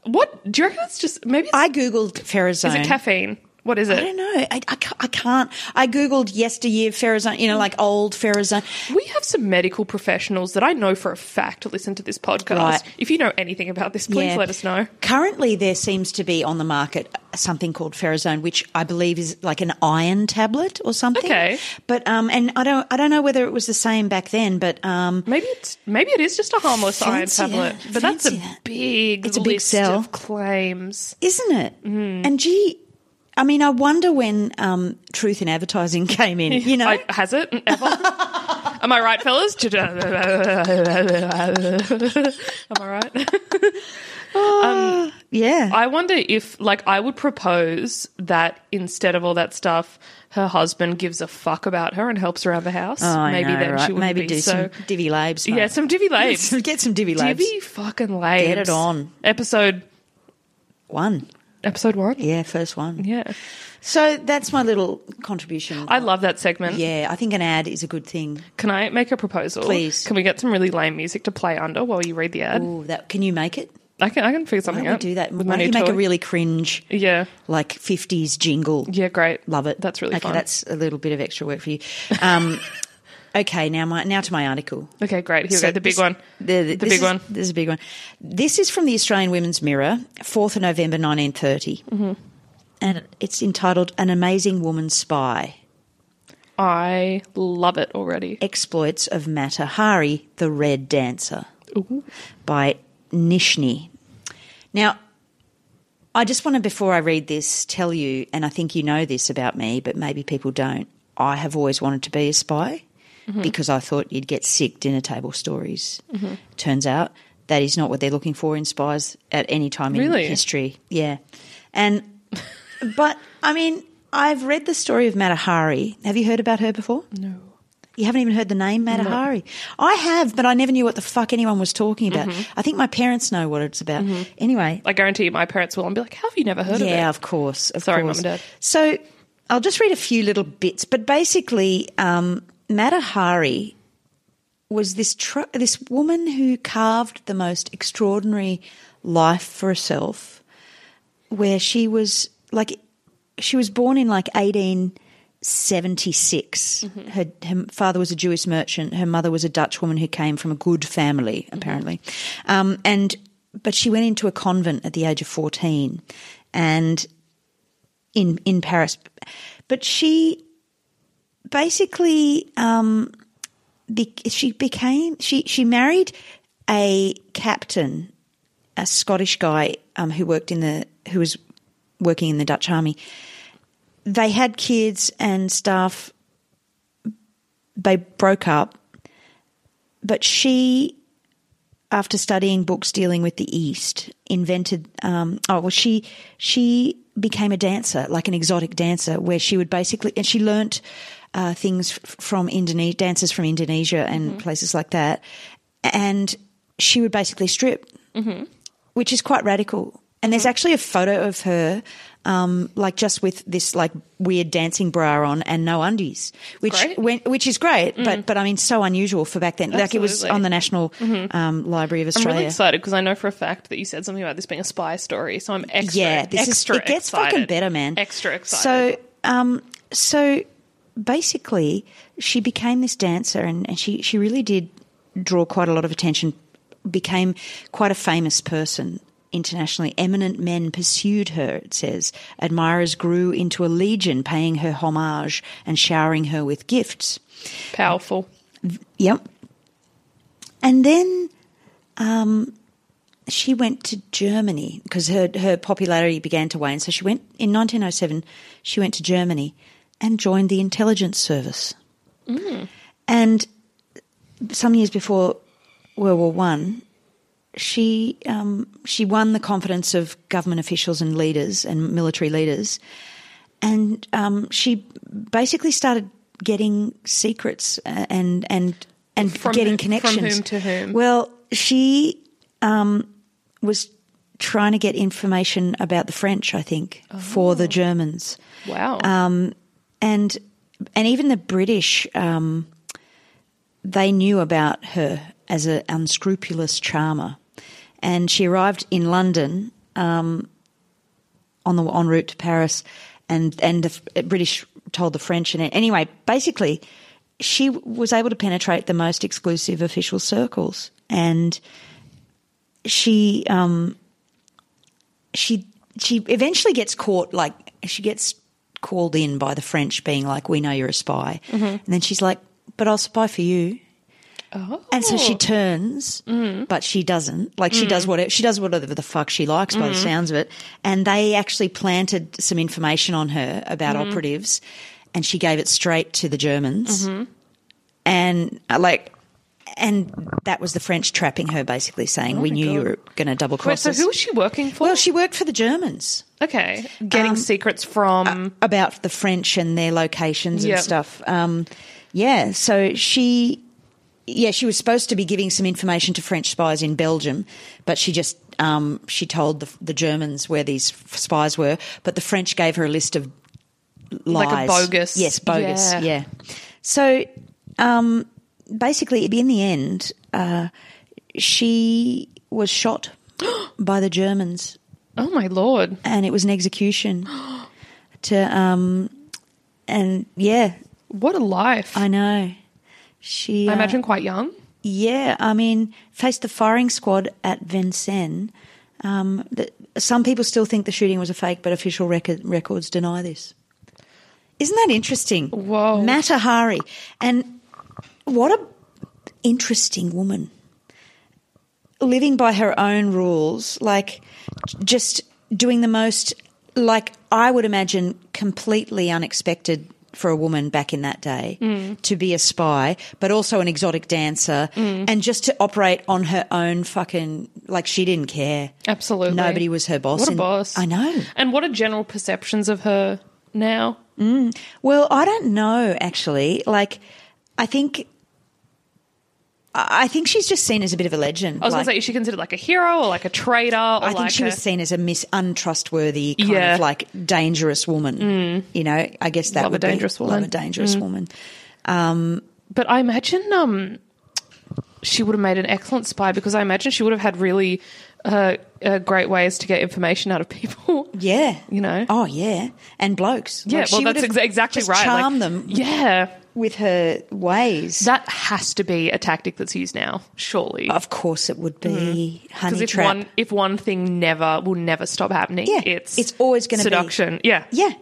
What do you reckon? It's just maybe it's, I googled Ferrozone. is it caffeine? What is it? I don't know. I, I, ca- I can't. I googled yesteryear Ferrozone, Mm. you know, like old Ferrozone. We have some medical professionals that I know for a fact listen to this podcast. Right. If you know anything about this, please Yeah. let us know. Currently, there seems to be on the market something called Ferrozone, which I believe is like an iron tablet or something. Okay. But um, and I don't I don't know whether it was the same back then, but um, Maybe it's maybe it is just a harmless iron Fancy tablet, that. but that's a Fancy that. big It's a big list sell. of claims. isn't it? Mm. And gee, I mean, I wonder when um, truth in advertising came in. You know, I, has it ever? Am I right, fellas? Am I right? yeah. I wonder if, like, I would propose that instead of all that stuff, her husband gives a fuck about her and helps around the house. Oh, I maybe know, then right? she would maybe be do so. some divvy labs. mate. yeah, some divvy labes. Get some divvy labs. Divvy fucking labes. Get it on. Episode One. episode one. Yeah, first one. Yeah. So that's my little contribution. I love that segment. yeah, I think an ad is a good thing. Can I make a proposal? Please. Can we get some really lame music to play under while you read the ad? Ooh, that can you make it? I can I can figure Why something don't we out. do that? with Why my don't you new make a toy. really cringe, Yeah. like fifties jingle? Yeah, great. Love it. That's really okay. fun. That's a little bit of extra work for you. Um, okay, now my now to my article. Okay, great. Here we So go. The big this- one. The, The this big is- one. This is a big one. This is from the Australian Women's Mirror, 4th of November 1930. Mm-hmm. And it's entitled An Amazing Woman Spy I love it already. Exploits of Mata Hari, the Red Dancer. Ooh. by Nishni. Now, I just want to, before I read this, tell you, and I think you know this about me, but maybe people don't. I have always wanted to be a spy because I thought you'd get sick dinner table stories. Turns out that is not what they're looking for in spies at any time Really? in history. Yeah. And But I mean, I've read the story of Matahari. Have you heard about her before? No. You haven't even heard the name Matahari. I have, but I never knew what the fuck anyone was talking about. Mm-hmm. I think my parents know what it's about. Anyway, I guarantee you my parents will and be like, How have you never Mm-hmm. heard of it? yeah, of course. Of Sorry, course. Mum and Dad. So I'll just read a few little bits, but basically, um, Matahari was this tr- this woman who carved the most extraordinary life for herself, where she was like, she was born in like eighteen seventy six. Mm-hmm. Her, her father was a Jewish merchant. Her mother was a Dutch woman who came from a good family, Mm-hmm. apparently. Um, and but she went into a convent at the age of fourteen, and in in Paris, but she basically um, be- she became she she married a captain, a Scottish guy um, who worked in the who was working in the Dutch army. They had kids and stuff. They broke up, but she after studying books dealing with the East, invented. Um, oh well, she she became a dancer, like an exotic dancer, where she would basically and she learnt uh, things f- from Indonesia, dancers from Indonesia and places like that, and she would basically strip, which is quite radical. And there's actually a photo of her, um, like just with this like weird dancing bra on and no undies, which Great. went, which is great, but but I mean so unusual for back then. Like it was Absolutely. Mm-hmm. on the National um, Library of I'm Australia. really excited because I know for a fact that you said something about this being a spy story, so I'm extra. yeah, this extra is it gets excited. fucking better, man. Extra excited. So, um, so basically, she became this dancer, and, and she she really did draw quite a lot of attention. Became quite a famous person internationally. Eminent men pursued her. It says admirers grew into a legion, paying her homage and showering her with gifts. powerful. Yep. And then um, she went to Germany because her, her popularity began to wane. So she went in 1907, she went to Germany and joined the intelligence service. And some years before World War One, she um, she won the confidence of government officials and leaders and military leaders, and um, she basically started getting secrets uh, and and and From getting who- from connections whom to whom? Well, she um, was trying to get information about the French, I think, for Oh. the Germans Wow. uh, and and even the British, um, they knew about her as an unscrupulous charmer, and she arrived in London um, on the en route to Paris, and and the F- British told the French, and anyway, basically, she was able to penetrate the most exclusive official circles, and she um, she she eventually gets caught like she gets called in by the French being like we know you're a spy Mm-hmm. and then she's like but I'll spy for you oh. Mm-hmm. and so she turns but she doesn't like she does whatever she does whatever the fuck she likes by the Mm-hmm. sounds of it and they actually planted some information on her about Mm-hmm. operatives and she gave it straight to the Germans Mm-hmm. and uh, like and that was the French trapping her basically saying we knew you were going to double Oh Wait, cross so us who was she working for? well she um, worked for the Germans okay, getting secrets from. about the French and their locations Yep. and stuff. Um, yeah, so she, yeah, she was supposed to be giving some information to French spies in Belgium, but she just um, she told the, the Germans where these f- spies were, but the French gave her a list of lies, a bogus- yes, bogus, yeah. yeah. So um, basically, in the end, uh, she was shot by the Germans oh my lord! and it was an execution to um and yeah What a life! I, i know she uh, imagine quite young. yeah i mean faced the firing squad at vincennes um the, some people still think the shooting was a fake but official record, records deny this isn't that interesting Whoa. matahari and what a interesting woman living by her own rules, like j- just doing the most, like I would imagine, completely unexpected for a woman back in that day Mm. to be a spy, but also an exotic dancer Mm. and just to operate on her own fucking, like she didn't care. Absolutely. Nobody was her boss. What a and- boss. I know. And what are general perceptions of her now? Well, I don't know actually. Like, I think, I I think she's just seen as a bit of a legend. I was like, going to say, is she considered like a hero or like a traitor? Or I think like she a- was seen as a miss, untrustworthy, kind Yeah. Mm. of like dangerous woman. You know, I guess that Love a would be- dangerous Love a woman. Mm. dangerous woman. But I imagine um, she would have made an excellent spy because I imagine she would have had really uh, uh, great ways to get information out of people. Yeah, You know? Oh yeah, and blokes. yeah, Like, she well, would that's have ex- exactly just right. Like, Charm them Yeah. with her ways. That has to be a tactic that's used now, surely. of course, it would be honey Because Mm. if trap. one if one thing never will never stop happening, Yeah, it's it's always gonna be- seduction. Yeah. yeah.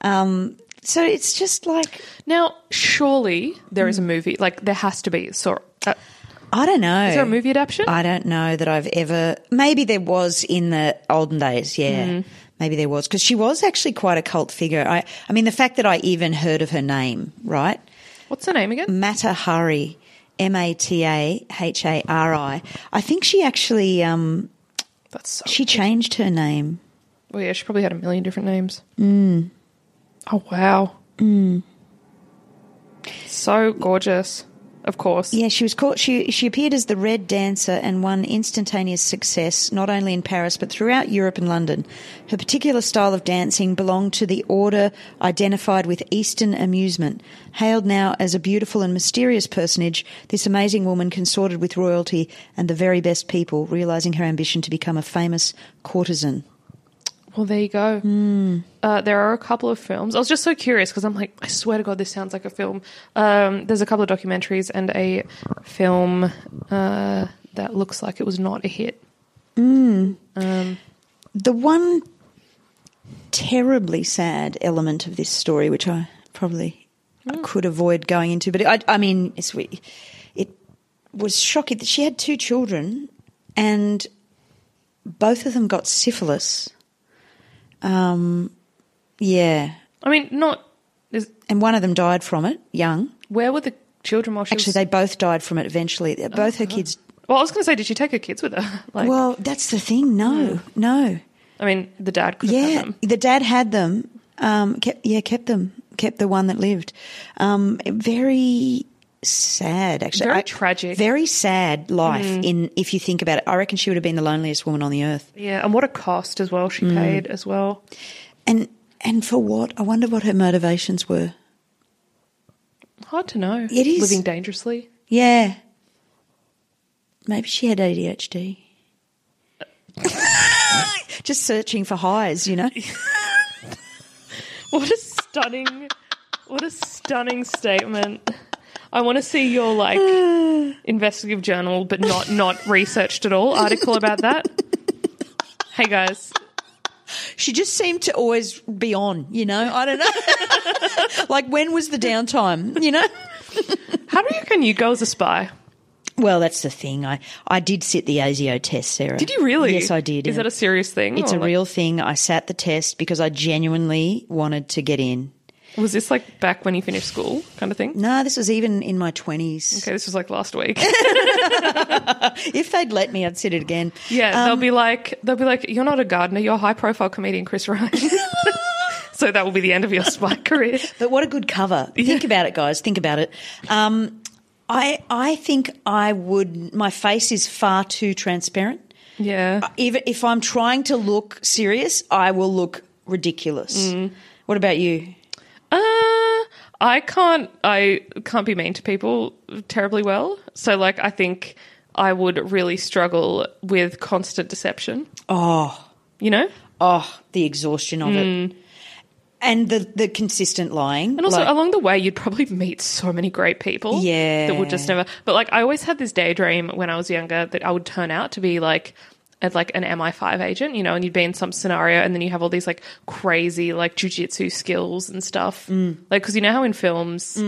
Um. So it's just like Now, surely Mm. there is a movie like there has to be. So, uh, I don't know. is there a movie adaptation? I don't know that I've ever. Maybe there was in the olden days. Yeah, maybe there was because she was actually quite a cult figure. I, I mean, the fact that I even heard of her name, right? What's her name again? Mata Hari, M A T A H A R I. I think she actually um, That's so. she changed her name. Well, yeah, she probably had a million different names. Mm. Oh wow. Mm. So gorgeous, of course. Yeah, she was caught. She she appeared as the Red Dancer and won instantaneous success not only in Paris but throughout Europe and London. Her particular style of dancing belonged to the order identified with Eastern amusement. Hailed now as a beautiful and mysterious personage, this amazing woman consorted with royalty and the very best people, realizing her ambition to become a famous courtesan. Well, there you go. Mm. Uh, there are a couple of films. I was just so curious because I'm like, I swear to God, this sounds like a film. Um, there's a couple of documentaries and a film uh, that looks like it was not a hit. The one terribly sad element of this story, which I probably Mm. could avoid going into, but I, I mean, it's, we- it was shocking that she had two children and both of them got syphilis. Um, yeah. I mean, not. Is, And one of them died from it, young. where were the children while she Actually, was? they both died from it eventually. Both her kids. well, I was going to say, did she take her kids with her? Like, Well, that's the thing. No, no. I mean, the dad could have Yeah, had them. the dad had them. Um, kept, yeah, kept them. Kept the one that lived. Um, very sad, actually. Very I- tragic. Mm. Very sad life. In if you think about it, I reckon she would have been the loneliest woman on the earth. Yeah, and what a cost as well Mm. she paid as well. And and for what? I wonder what her motivations were. Hard to know. It is. living dangerously. Yeah, maybe she had ADHD. Just searching for highs, you know. What a stunning, what a stunning statement. I want to see your like investigative journal, but not not researched at all article about that. Hey guys, She just seemed to always be on, you know. I don't know. like when was the downtime, you know? how do you reckon you go as a spy? Well, that's the thing. I, I did sit the ASIO test, Sarah. Did you really? Yes, I did. Is that a serious thing? It's a or, like, real thing. I sat the test because I genuinely wanted to get in. Was this like back when you finished school kind of thing? No, this was even in my 20s. Okay, this was like last week. If they'd let me, I'd sit it again. Yeah, Um, they'll be like, they'll be like, you're not a gardener, you're a high profile comedian, Chris Ryan. so that will be the end of your spy career. But what a good cover. Think about it, guys. Think about it. Um, I, I think I would, my face is far too transparent. Yeah. Even if I'm trying to look serious, I will look ridiculous. Mm. What about you? Uh, I can't. I can't be mean to people terribly well. So, like, I think I would really struggle with constant deception. Oh, You know, Oh, the exhaustion of it. And the, the consistent lying. Mm. and also Like, along the way, you'd probably meet so many great people. Yeah. that would just never. But like, I always had this daydream when I was younger that I would turn out to be like. As like an MI5 agent, you know, and you'd be in some scenario, and then you have all these like crazy like jujitsu skills and stuff, Mm. like because you know how in films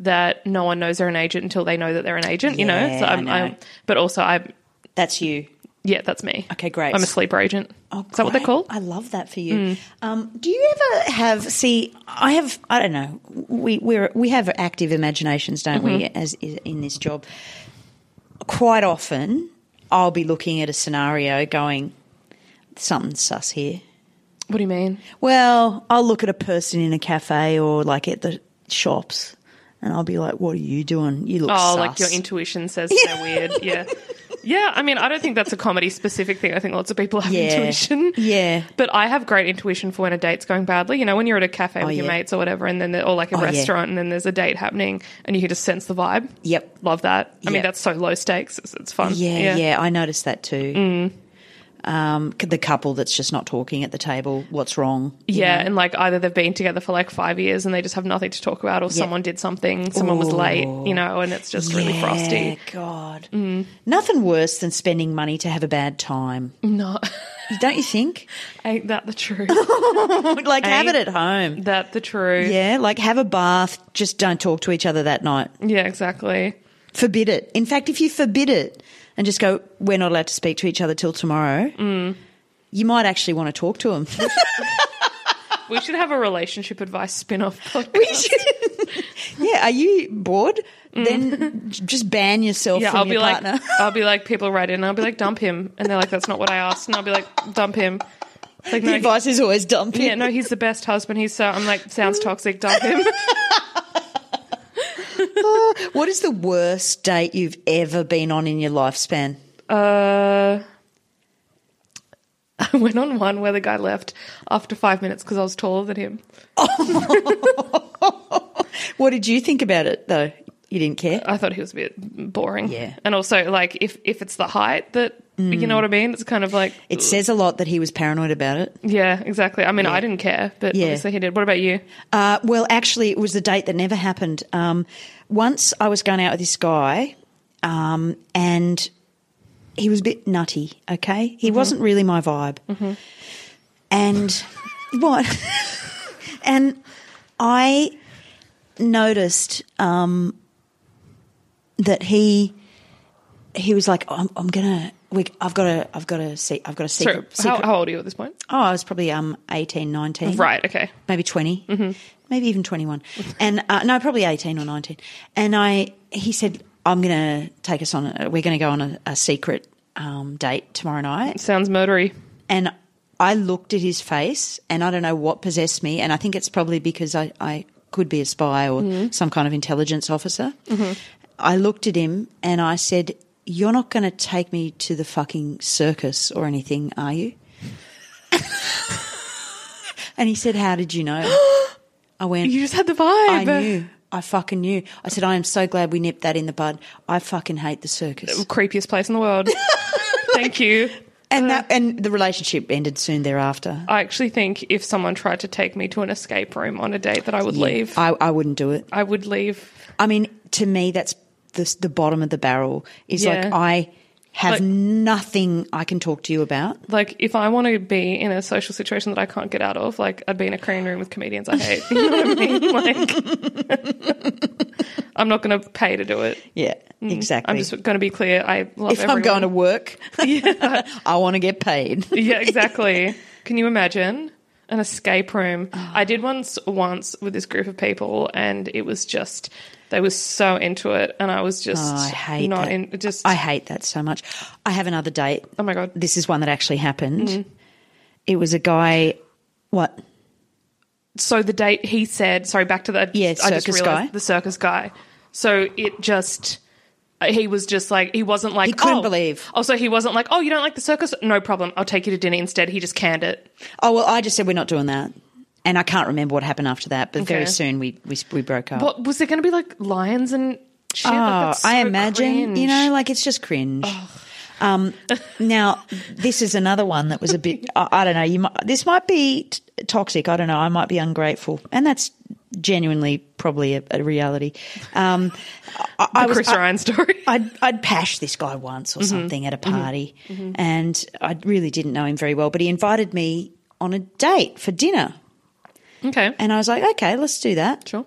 that no one knows they're an agent until they know that they're an agent, you know. Yeah, So I I'm, know. I'm, but also I'm that's you. Yeah, that's me. Okay, great. I'm a sleeper agent. Oh, Is that what they're great. called? Mm. I love that for you. Um, do you ever have? See, I have. I don't know. We we're, we have active imaginations, don't we? Mm-hmm. As i- in this job, quite often I'll be looking at a scenario, going, "Something's sus here." What do you mean? Well, I'll look at a person in a cafe or like at the shops, and I'll be like, "What are you doing? You look Oh, sus." like your intuition says they're weird. Yeah. Yeah, I mean, I don't think that's a comedy specific thing. I think lots of people have Yeah. intuition. Yeah. But I have great intuition for when a date's going badly. You know, when you're at a cafe with your Oh, yeah. mates or whatever, and then there- or like a Oh, yeah. restaurant, and then there's a date happening, and you can just sense the vibe. Yep. Love that. I mean, Yep. that's so low stakes. It's, it's fun. Yeah, yeah, I noticed that too. Mm. Um, c- the couple that's just not talking at the table, what's wrong? Yeah, and like either they've been together for like five years and they just have nothing to talk about, or someone did something, someone was late, you know, and it's just really Yeah, frosty. Mm. God. Nothing worse than spending money to have a bad time. No, Don't you think? ain't that the truth? like, have it at Ain't home. that the truth? Yeah, Yeah, like have a bath, just don't talk to each other that night. exactly. Forbid it. In fact, if you forbid it and just go, we're not allowed to speak to each other till tomorrow, Mm. you might actually want to talk to them. We should have a relationship advice spin off podcast. yeah, are you bored? Then j- just ban yourself Mm. yeah, from I'll be your partner. like, I'll be like, people write in, I'll be like, dump him, and they're like, that's not what I asked, and I'll be like, dump him. It's Like, the no, advice is always dump he- it. yeah, no, he's the best husband. He's so I'm like, sounds toxic. Dump him. What is the worst date you've ever been on in your lifespan? Uh, I went on one where the guy left after five minutes because I was taller than him. What did you think about it though? You didn't care. I thought he was a bit boring. Yeah. and also like if if it's the height that you know what I mean, it's kind of like It says a lot that he was paranoid about it. yeah, exactly. I mean, I didn't care, but Yeah. obviously he did. What about you? Uh, well, actually, it was the date that never happened. Um, once I was going out with this guy, um, and he was a bit nutty. Okay, he Mm-hmm. wasn't really my vibe. And what? and I noticed um, that he he was like, oh, I'm, I'm gonna. We, I've got to. I've got to see. I've got a Sorry, secret. how, secret. how old are you at this point? oh, I was probably um 18, 19 Right. Okay. maybe 20, maybe even 21. And uh, no, probably 18 or 19. And I, he said, I'm going to take us on, a, we're going to go on a, a secret um, date tomorrow night. Sounds murdery. And I looked at his face and I don't know what possessed me. And I think it's probably because I, I could be a spy or Mm-hmm. some kind of intelligence officer. I looked at him and I said, You're not going to take me to the fucking circus or anything, are you? and he said, How did you know? I went, You just had the vibe. I knew. I fucking knew. I said, I am so glad we nipped that in the bud. I fucking hate the circus. Creepiest place in the world. Thank you. And that, and the relationship ended soon thereafter. I actually think if someone tried to take me to an escape room on a date, that I would leave. I, I wouldn't do it. I would leave. I mean, to me, that's the, the bottom of the barrel. Is Yeah. like I have Like- nothing I can talk to you about. Like, if I want to be in a social situation that I can't get out of, like, I'd be in a clean room with comedians I hate. You know what I mean? Like, I'm not going to pay to do it. Yeah, exactly. Mm. I'm just going to be clear. I love if I'm going to work, I want to get paid. Yeah, exactly. Can you imagine an escape room? I did once once with this group of people, and it was just they were so into it, and I was just Oh, I hate not that. in. Just I hate that so much. I have another date. oh my god, Mm-hmm. This is one that actually happened. It was a guy. What? so the date he said sorry back to that Yeah, I just circus realized guy. the circus guy so it just he was just like he wasn't like He couldn't oh. believe. also he wasn't like oh you don't like the circus no problem i'll take you to dinner instead he just canned it Oh well, I just said we're not doing that, and I can't remember what happened after that. But very Okay. soon we we, we broke up. what was there going to be like lions and shit Like, Oh, that's so I imagine, you cringe. know, like it's just cringe. Um, now, this is another one that was a bit, I, I don't know, you might, this might be t- toxic. I don't know. I might be ungrateful. And that's genuinely probably a, a reality. Um, I, I the was, chris Mm-hmm. I, ryan story I'd, I'd pash this guy once or something at a party, Mm-hmm. and I really didn't know him very well, but he invited me on a date for dinner. okay And I was like, okay, let's do that sure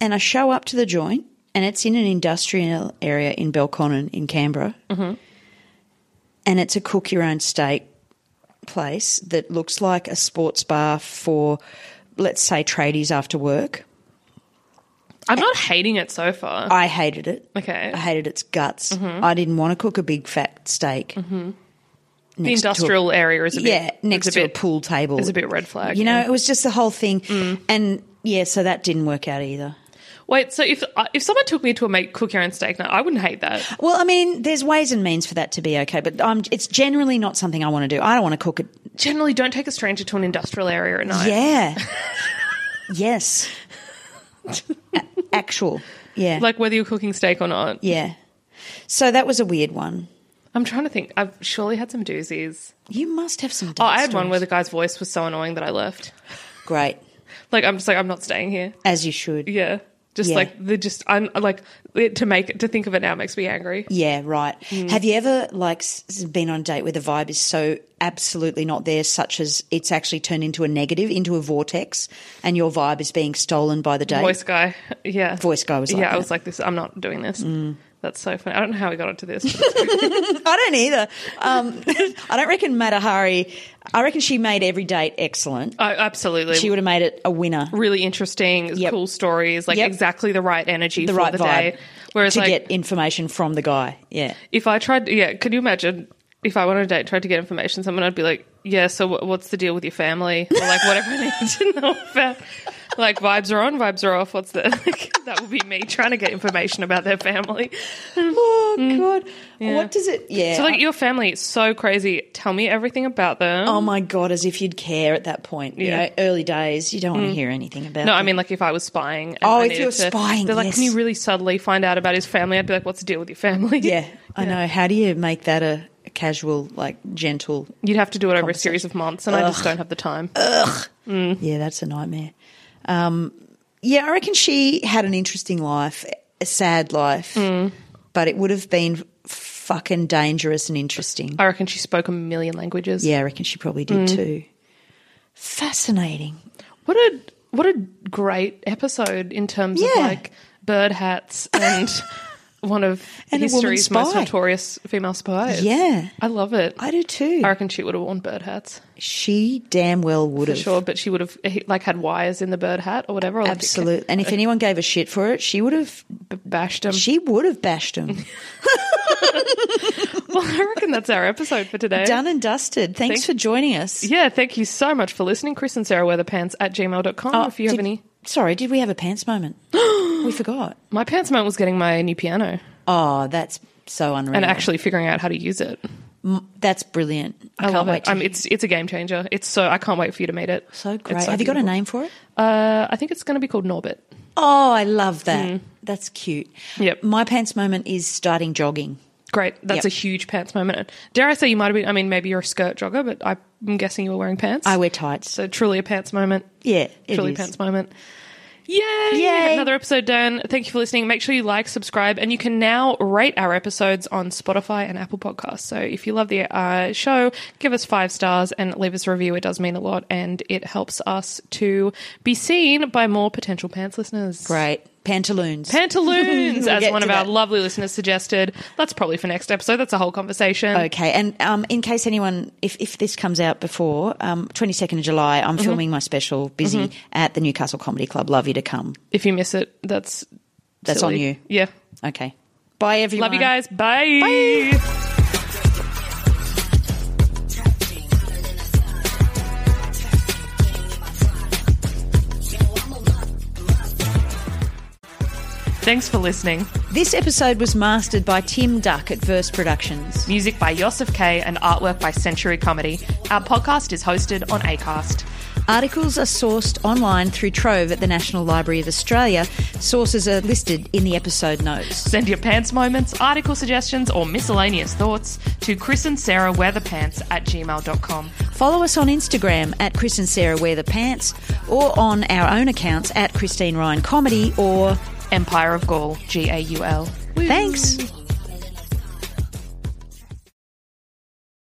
and I show up to the joint, Mm-hmm. and it's in an industrial area in Belconnen in Canberra. and it's a cook your own steak place that looks like a sports bar for, let's say, tradies after work. I'm not hating it so far. I hated it. Okay. Mm-hmm. I hated its guts. I didn't want to cook a big fat steak. the to a- industrial area is Mm-hmm. a bit yeah, next is to a a bit pool table. is a bit Mm. red flag. You know, yeah. it was just the whole thing. And yeah, so that didn't work out either. Wait, so if uh, if someone took me to a make cook your own steak night, I wouldn't hate that. Well, I mean, there's ways and means for that to be okay, but um, it's generally not something I want to do. I don't want to cook it. Generally, don't take a stranger to an industrial area at night. Yeah. yes. A- actual. Yeah. Like whether you're cooking steak or not. yeah. So that was a weird one. I'm trying to think. I've surely had some doozies. You must have some. Oh, I had one where the guy's voice was so annoying that I left. great, Like I'm just like I'm not staying here. as you should. Yeah. Just Yeah. like the just I'm like it, to make to think of it now makes me angry. Yeah, right. Mm. Have you ever like s- been on a date where the vibe is so absolutely not there, such as it's actually turned into a negative, into a vortex, and your vibe is being stolen by the date? Voice guy. Yeah. Voice guy was like Yeah, I that. Mm. was like this I'm not doing this. That's so funny. I don't know how we got onto this. I don't either. Um, I don't reckon Matahari. I reckon she made every date excellent. I, absolutely. She would have made it a winner. really interesting, Yep. cool stories, like Yep. exactly the right energy The for right the vibe day. Whereas to like get information from the guy. Yeah. if I tried, yeah, could you imagine if I went on a date, tried to get information, someone I'd be like, yeah, so wh- what's the deal with your family? Or like whatever I need to know about. Like vibes are on, vibes are off. What's the? Like, that would be me trying to get information about their family. Oh god. What does it? Yeah. Mm. So like your family, is so crazy. Tell me everything about them. oh my god, as if you'd care at that point. You Yeah. Mm. know, early days, you don't want to hear anything about. no, them. I mean like if I was spying. And Oh, I if needed you were spying, they're like, can yes. you really subtly find out about his family? I'd be like, what's the deal with your family? Yeah, I know. How do you make that a, a casual, like gentle? You'd have to do it over a series of months, and I just don't have the time. Yeah, that's a nightmare. Um, yeah, I reckon she had an interesting life, a sad life, Mm. but it would have been fucking dangerous and interesting. I reckon she spoke a million languages. Yeah, I reckon she probably did Mm. too. Fascinating. What a what a great episode in terms of Yeah. like bird hats and one of And a woman history's most spy. notorious female spies. Yeah. I love it. I, I do too. reckon she would have worn bird hats She damn well would for have. sure, but she would have eh, like had wires in the bird hat or whatever. Or, like, Absolutely. And if anyone gave a shit for it, she would have. b- bashed them. She would have bashed him. well, I reckon that's our episode for today. Done and dusted. Thanks for joining us. yeah, thank you so much for listening. Chris and Sarah Weatherpants at gmail.com. Oh, if you have did- any. Sorry, did we have a pants moment? we forgot. My pants moment was getting my new piano Oh, that's so unreal. and actually figuring out how to use it. that's brilliant. I, I can't love wait it. to Um, it's it's a game changer. It's so I can't wait for you to meet it. so It's great. have you got a beautiful. name for it? Uh, I think it's going to be called Norbit. Oh, I love that. That's cute. Yep. My pants moment is starting jogging. Great. That's Yep. a huge pants moment. Dare I say you might have been? I mean, maybe you're a skirt jogger, but I'm guessing you were wearing pants. I wear tights. so truly a pants moment. yeah, it Truly is. pants moment. Yay! Yay. Another episode done. Thank you for listening. Make sure you like, subscribe, and you can now rate our episodes on Spotify and Apple Podcasts. So if you love the uh, show, give us five stars and leave us a review. It does mean a lot, and it helps us to be seen by more potential pants listeners. Great. Pantaloons. Pantaloons, We'll as get one to of our that. lovely listeners suggested. That's probably for next episode. That's a whole conversation. Okay, and um, in case anyone, if, if this comes out before um, 22nd of July, Mm-hmm. I'm filming my special, Busy, at the Newcastle Comedy Club. Love you to come. If you miss it, that's That's silly. on you. Yeah. Okay. Bye, everyone. Love you guys. Bye. Thanks for listening. This episode was mastered by Tim Duck at Verse Productions. Music by Yosef K and artwork by Century Comedy. Our podcast is hosted on ACAST. Articles are sourced online through Trove at the National Library of Australia. Sources are listed in the episode notes. Send your pants moments, article suggestions, or miscellaneous thoughts to Chris and Sarah Wear the Pants at gmail.com. Follow us on Instagram at Chris and Sarah Wear the Pants or on our own accounts at Christine Ryan Comedy or Empire of Gaul, G A U L. Thanks.